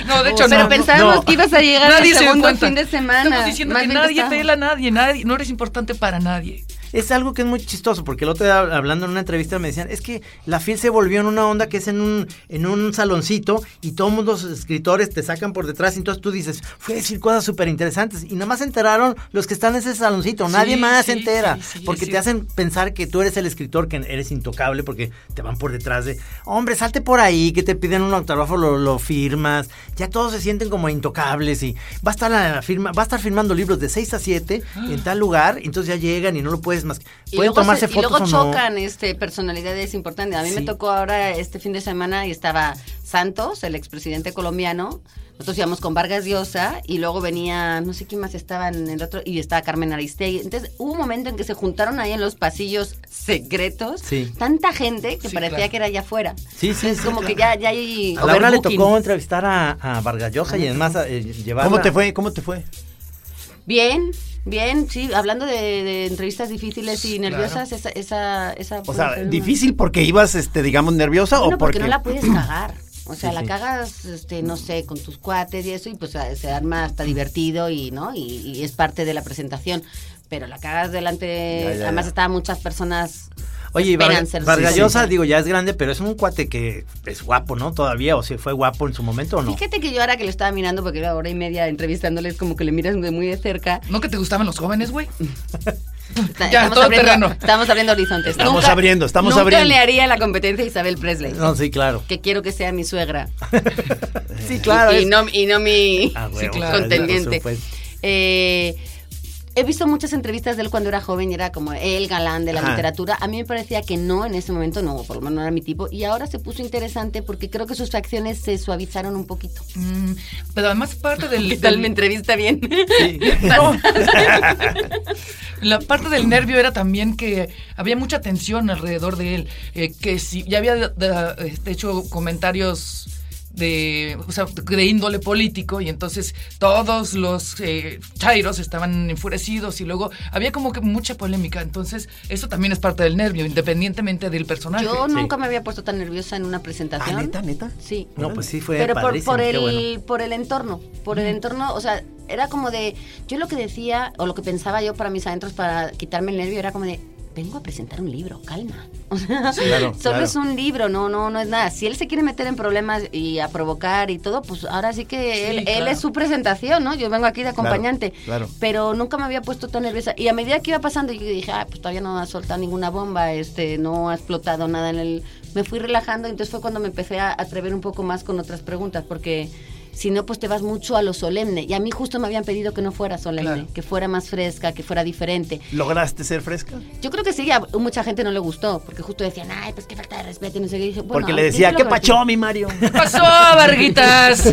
D: No, de hecho,
E: pero
D: no.
E: pensábamos
C: no.
E: que ibas a llegar
D: Nadie
E: al
D: se dio
E: segundo
D: cuenta.
E: fin de semana.
D: Estamos diciendo
E: Más
D: que
E: bien te
D: nadie
E: estaba-
D: te él a nadie, nadie, no eres importante para nadie.
B: Es algo que es muy chistoso, porque el otro día hablando en una entrevista me decían, es que la FIL se volvió en una onda que es en un, en un saloncito y todos los escritores te sacan por detrás y entonces tú dices, fui a decir cosas súper interesantes y nada más se enteraron los que están en ese saloncito,
D: Sí,
B: nadie más se
D: sí,
B: entera,
D: sí, sí,
B: porque
D: sí.
B: te hacen pensar que tú eres el escritor, que eres intocable, porque te van por detrás de, hombre, salte por ahí, que te piden un autógrafo, lo, lo firmas, ya todos se sienten como intocables y va a estar la firma, va a estar firmando libros de 6 a 7 en tal lugar, entonces ya llegan y no lo puedes más
E: Y
B: Pueden
E: luego,
B: tomarse
E: se-
B: fotos
E: y luego
B: o no.
E: chocan este, personalidades importantes. A mí me
B: Sí.
E: tocó ahora este fin de semana y estaba Santos, el expresidente colombiano. Nosotros íbamos con Vargas Llosa y luego venía, no sé quién más estaba en el otro, y estaba Carmen Aristegui. Entonces hubo un momento en que se juntaron ahí en los pasillos secretos
B: Sí.
E: tanta gente que
D: Sí,
E: parecía
D: claro.
E: que era allá afuera.
B: Sí, sí,
E: Es
B: sí,
E: como
B: claro.
E: que ya, ya hay.
B: A Laura le
E: overbooking.
B: tocó entrevistar a, a Vargas Llosa y
E: Ah,
B: además eh, llevarla-
C: ¿Cómo te fue? ¿Cómo te fue?
E: Bien, bien, sí, hablando de, de entrevistas difíciles y nerviosas, esa, esa, esa
C: O
E: puede
C: sea,
E: ser una-
C: difícil porque ibas, este, digamos, nerviosa
E: Bueno,
C: o
E: porque
C: porque...
E: no la puedes cagar. O sea,
B: Sí,
E: la
B: sí.
E: cagas, este, no sé, con tus cuates y eso, y pues a- se arma hasta
C: Mm.
E: divertido y, ¿no? Y, y es parte de la presentación. Pero la cagas delante,
C: Ya, ya,
E: además
C: ya.
E: estaban muchas personas.
B: Oye, y
E: esperan
B: Vargas,
E: ser
B: Vargas
E: sí,
B: Llosa,
E: sí.
B: digo, ya es grande, pero es un cuate que es guapo, ¿no? Todavía, o si fue guapo en su momento o no.
E: Fíjate que yo ahora que lo estaba mirando, porque era hora y media entrevistándoles, como que le miras de muy de cerca.
D: ¿No que te gustaban los jóvenes, güey?
E: Mm. Está-
D: Ya, todo
E: abriendo,
D: terreno.
E: estamos abriendo horizontes.
C: Estamos
E: Nunca-
C: abriendo, estamos
E: nunca
C: abriendo.
E: le haría la competencia a Isabel Presley,
B: No, sí, claro.
E: que quiero que sea mi suegra.
B: Sí, claro.
E: y,
B: es-
E: no, y no mi
B: Ah, huevo,
D: Sí, claro.
B: por
E: contendiente.
B: supuesto.
E: Eh, he visto muchas entrevistas de él cuando era joven y era como el galán de la
C: Ajá.
E: literatura. A mí me parecía que no, en ese momento no, por lo menos no era mi tipo. Y ahora se puso interesante porque creo que sus facciones se suavizaron un poquito.
D: Mm, pero además parte del...
E: ¿Qué tal
D: del-
E: me entrevista bien?
D: La parte del nervio era también que había mucha tensión alrededor de él, eh, que si ya había de- de- este, hecho comentarios de, o sea, de índole político y entonces todos los eh, chairos estaban enfurecidos y luego había como que mucha polémica, entonces eso también es parte del nervio, independientemente del personaje.
E: Yo nunca me había puesto tan nerviosa en una presentación.
C: Ah, neta, neta.
E: Sí.
B: No, pues sí, fue
E: Pero por,
B: padrísimo,
E: por
B: qué
E: el,
B: bueno.
E: por el entorno, por el entorno, o sea, era como de, yo lo que decía o lo que pensaba yo para mis adentros, para quitarme el nervio, era como de, vengo a presentar un libro, calma. O sea,
C: claro,
E: solo
C: claro.
E: es un libro, no, no, no es nada. Si él se quiere meter en problemas y a provocar y todo, pues ahora sí que él, él
D: claro.
E: es su presentación, ¿no? Yo vengo aquí de acompañante.
C: claro.
E: Pero nunca me había puesto tan nerviosa. Y a medida que iba pasando, yo dije, ah, pues todavía no ha soltado ninguna bomba, este, no ha explotado nada en el. Me fui relajando, entonces fue cuando me empecé a atrever un poco más con otras preguntas, porque si no, pues te vas mucho a lo solemne. Y a mí justo me habían pedido que no fuera solemne,
D: Claro.
E: que fuera más fresca, que fuera diferente.
C: ¿Lograste ser fresca?
E: Yo creo que sí, a mucha gente no le gustó, porque justo decían, ay, pues qué falta de respeto, y no sé qué. Y dije, bueno,
C: porque le
E: yo
C: decía,
E: creo
C: ¿qué
E: que-
C: pachó, mi Mario?
D: ¿Qué pasó, Varguitas?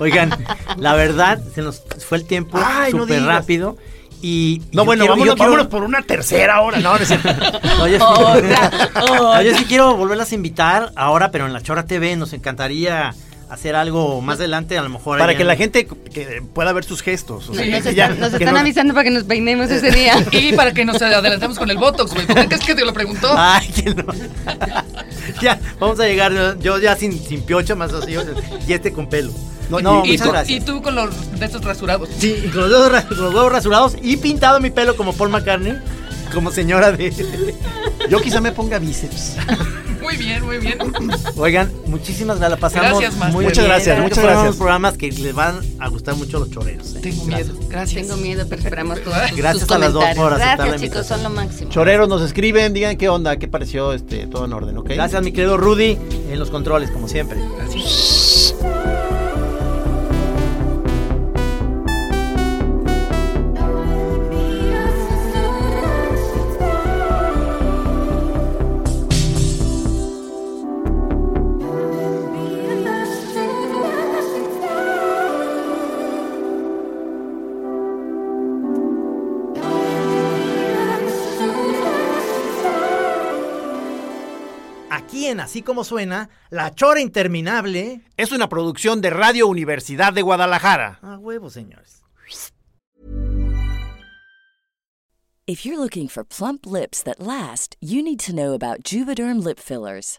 B: Oigan, la verdad, se nos fue el tiempo
C: Ay, no
B: súper
C: digas.
B: rápido. Y, y
C: No,
B: yo
C: bueno,
B: quiero-
C: vámonos,
B: yo quiero-
C: vámonos por una tercera hora. No, no es cierto.
B: No, yo, sí-
E: Otra,
B: No, yo sí quiero volverlas a invitar ahora, pero en la Chora TV nos encantaría hacer algo más adelante, a lo mejor.
C: Para
B: ahí
C: que
B: en-
C: la gente que pueda ver sus gestos. o sea,
E: Nos, nos
C: que
E: están,
C: ya-
E: nos
C: que
E: están
C: no-
E: avisando para que nos peinemos ese día.
D: y para que nos adelantemos con el Botox, güey, ¿por qué crees que te lo preguntó?
B: Ay, que no. ya, vamos a llegar, ¿no? yo ya sin, sin piocho más así, y este con pelo. No,
D: y,
B: muchas
D: tú,
B: gracias.
D: y tú con los de estos rasurados.
B: Sí, y con los dedos, ra- con los huevos rasurados y pintado mi pelo como Paul McCartney, como señora de...
C: Yo quizá me ponga bíceps.
D: Muy bien, muy bien.
B: Oigan, muchísimas gracias, la pasamos
D: Gracias, Master.
B: muy
C: Muchas
B: bien.
C: gracias,
B: Creo que
C: muchas
B: fueron
C: gracias.
B: unos programas que les van a gustar mucho a los choreros. ¿eh?
D: Tengo miedo. Gracias.
E: Tengo miedo, pero esperamos todos sus-
B: Gracias
E: sus
B: a las dos
E: comentarios.
B: por aceptar la
E: Gracias, chicos,
B: invitación.
E: son lo máximo.
C: Choreros nos escriben, digan qué onda, qué pareció, este, todo en orden, ¿ok?
B: Gracias, mi querido Rudy, en los controles, como siempre. Aquí en así como suena, La Chora Interminable.
C: Es una producción de Radio Universidad de Guadalajara.
B: A huevo, señores.
F: If you're looking for plump lips that last, you need to know about Juvederm lip fillers.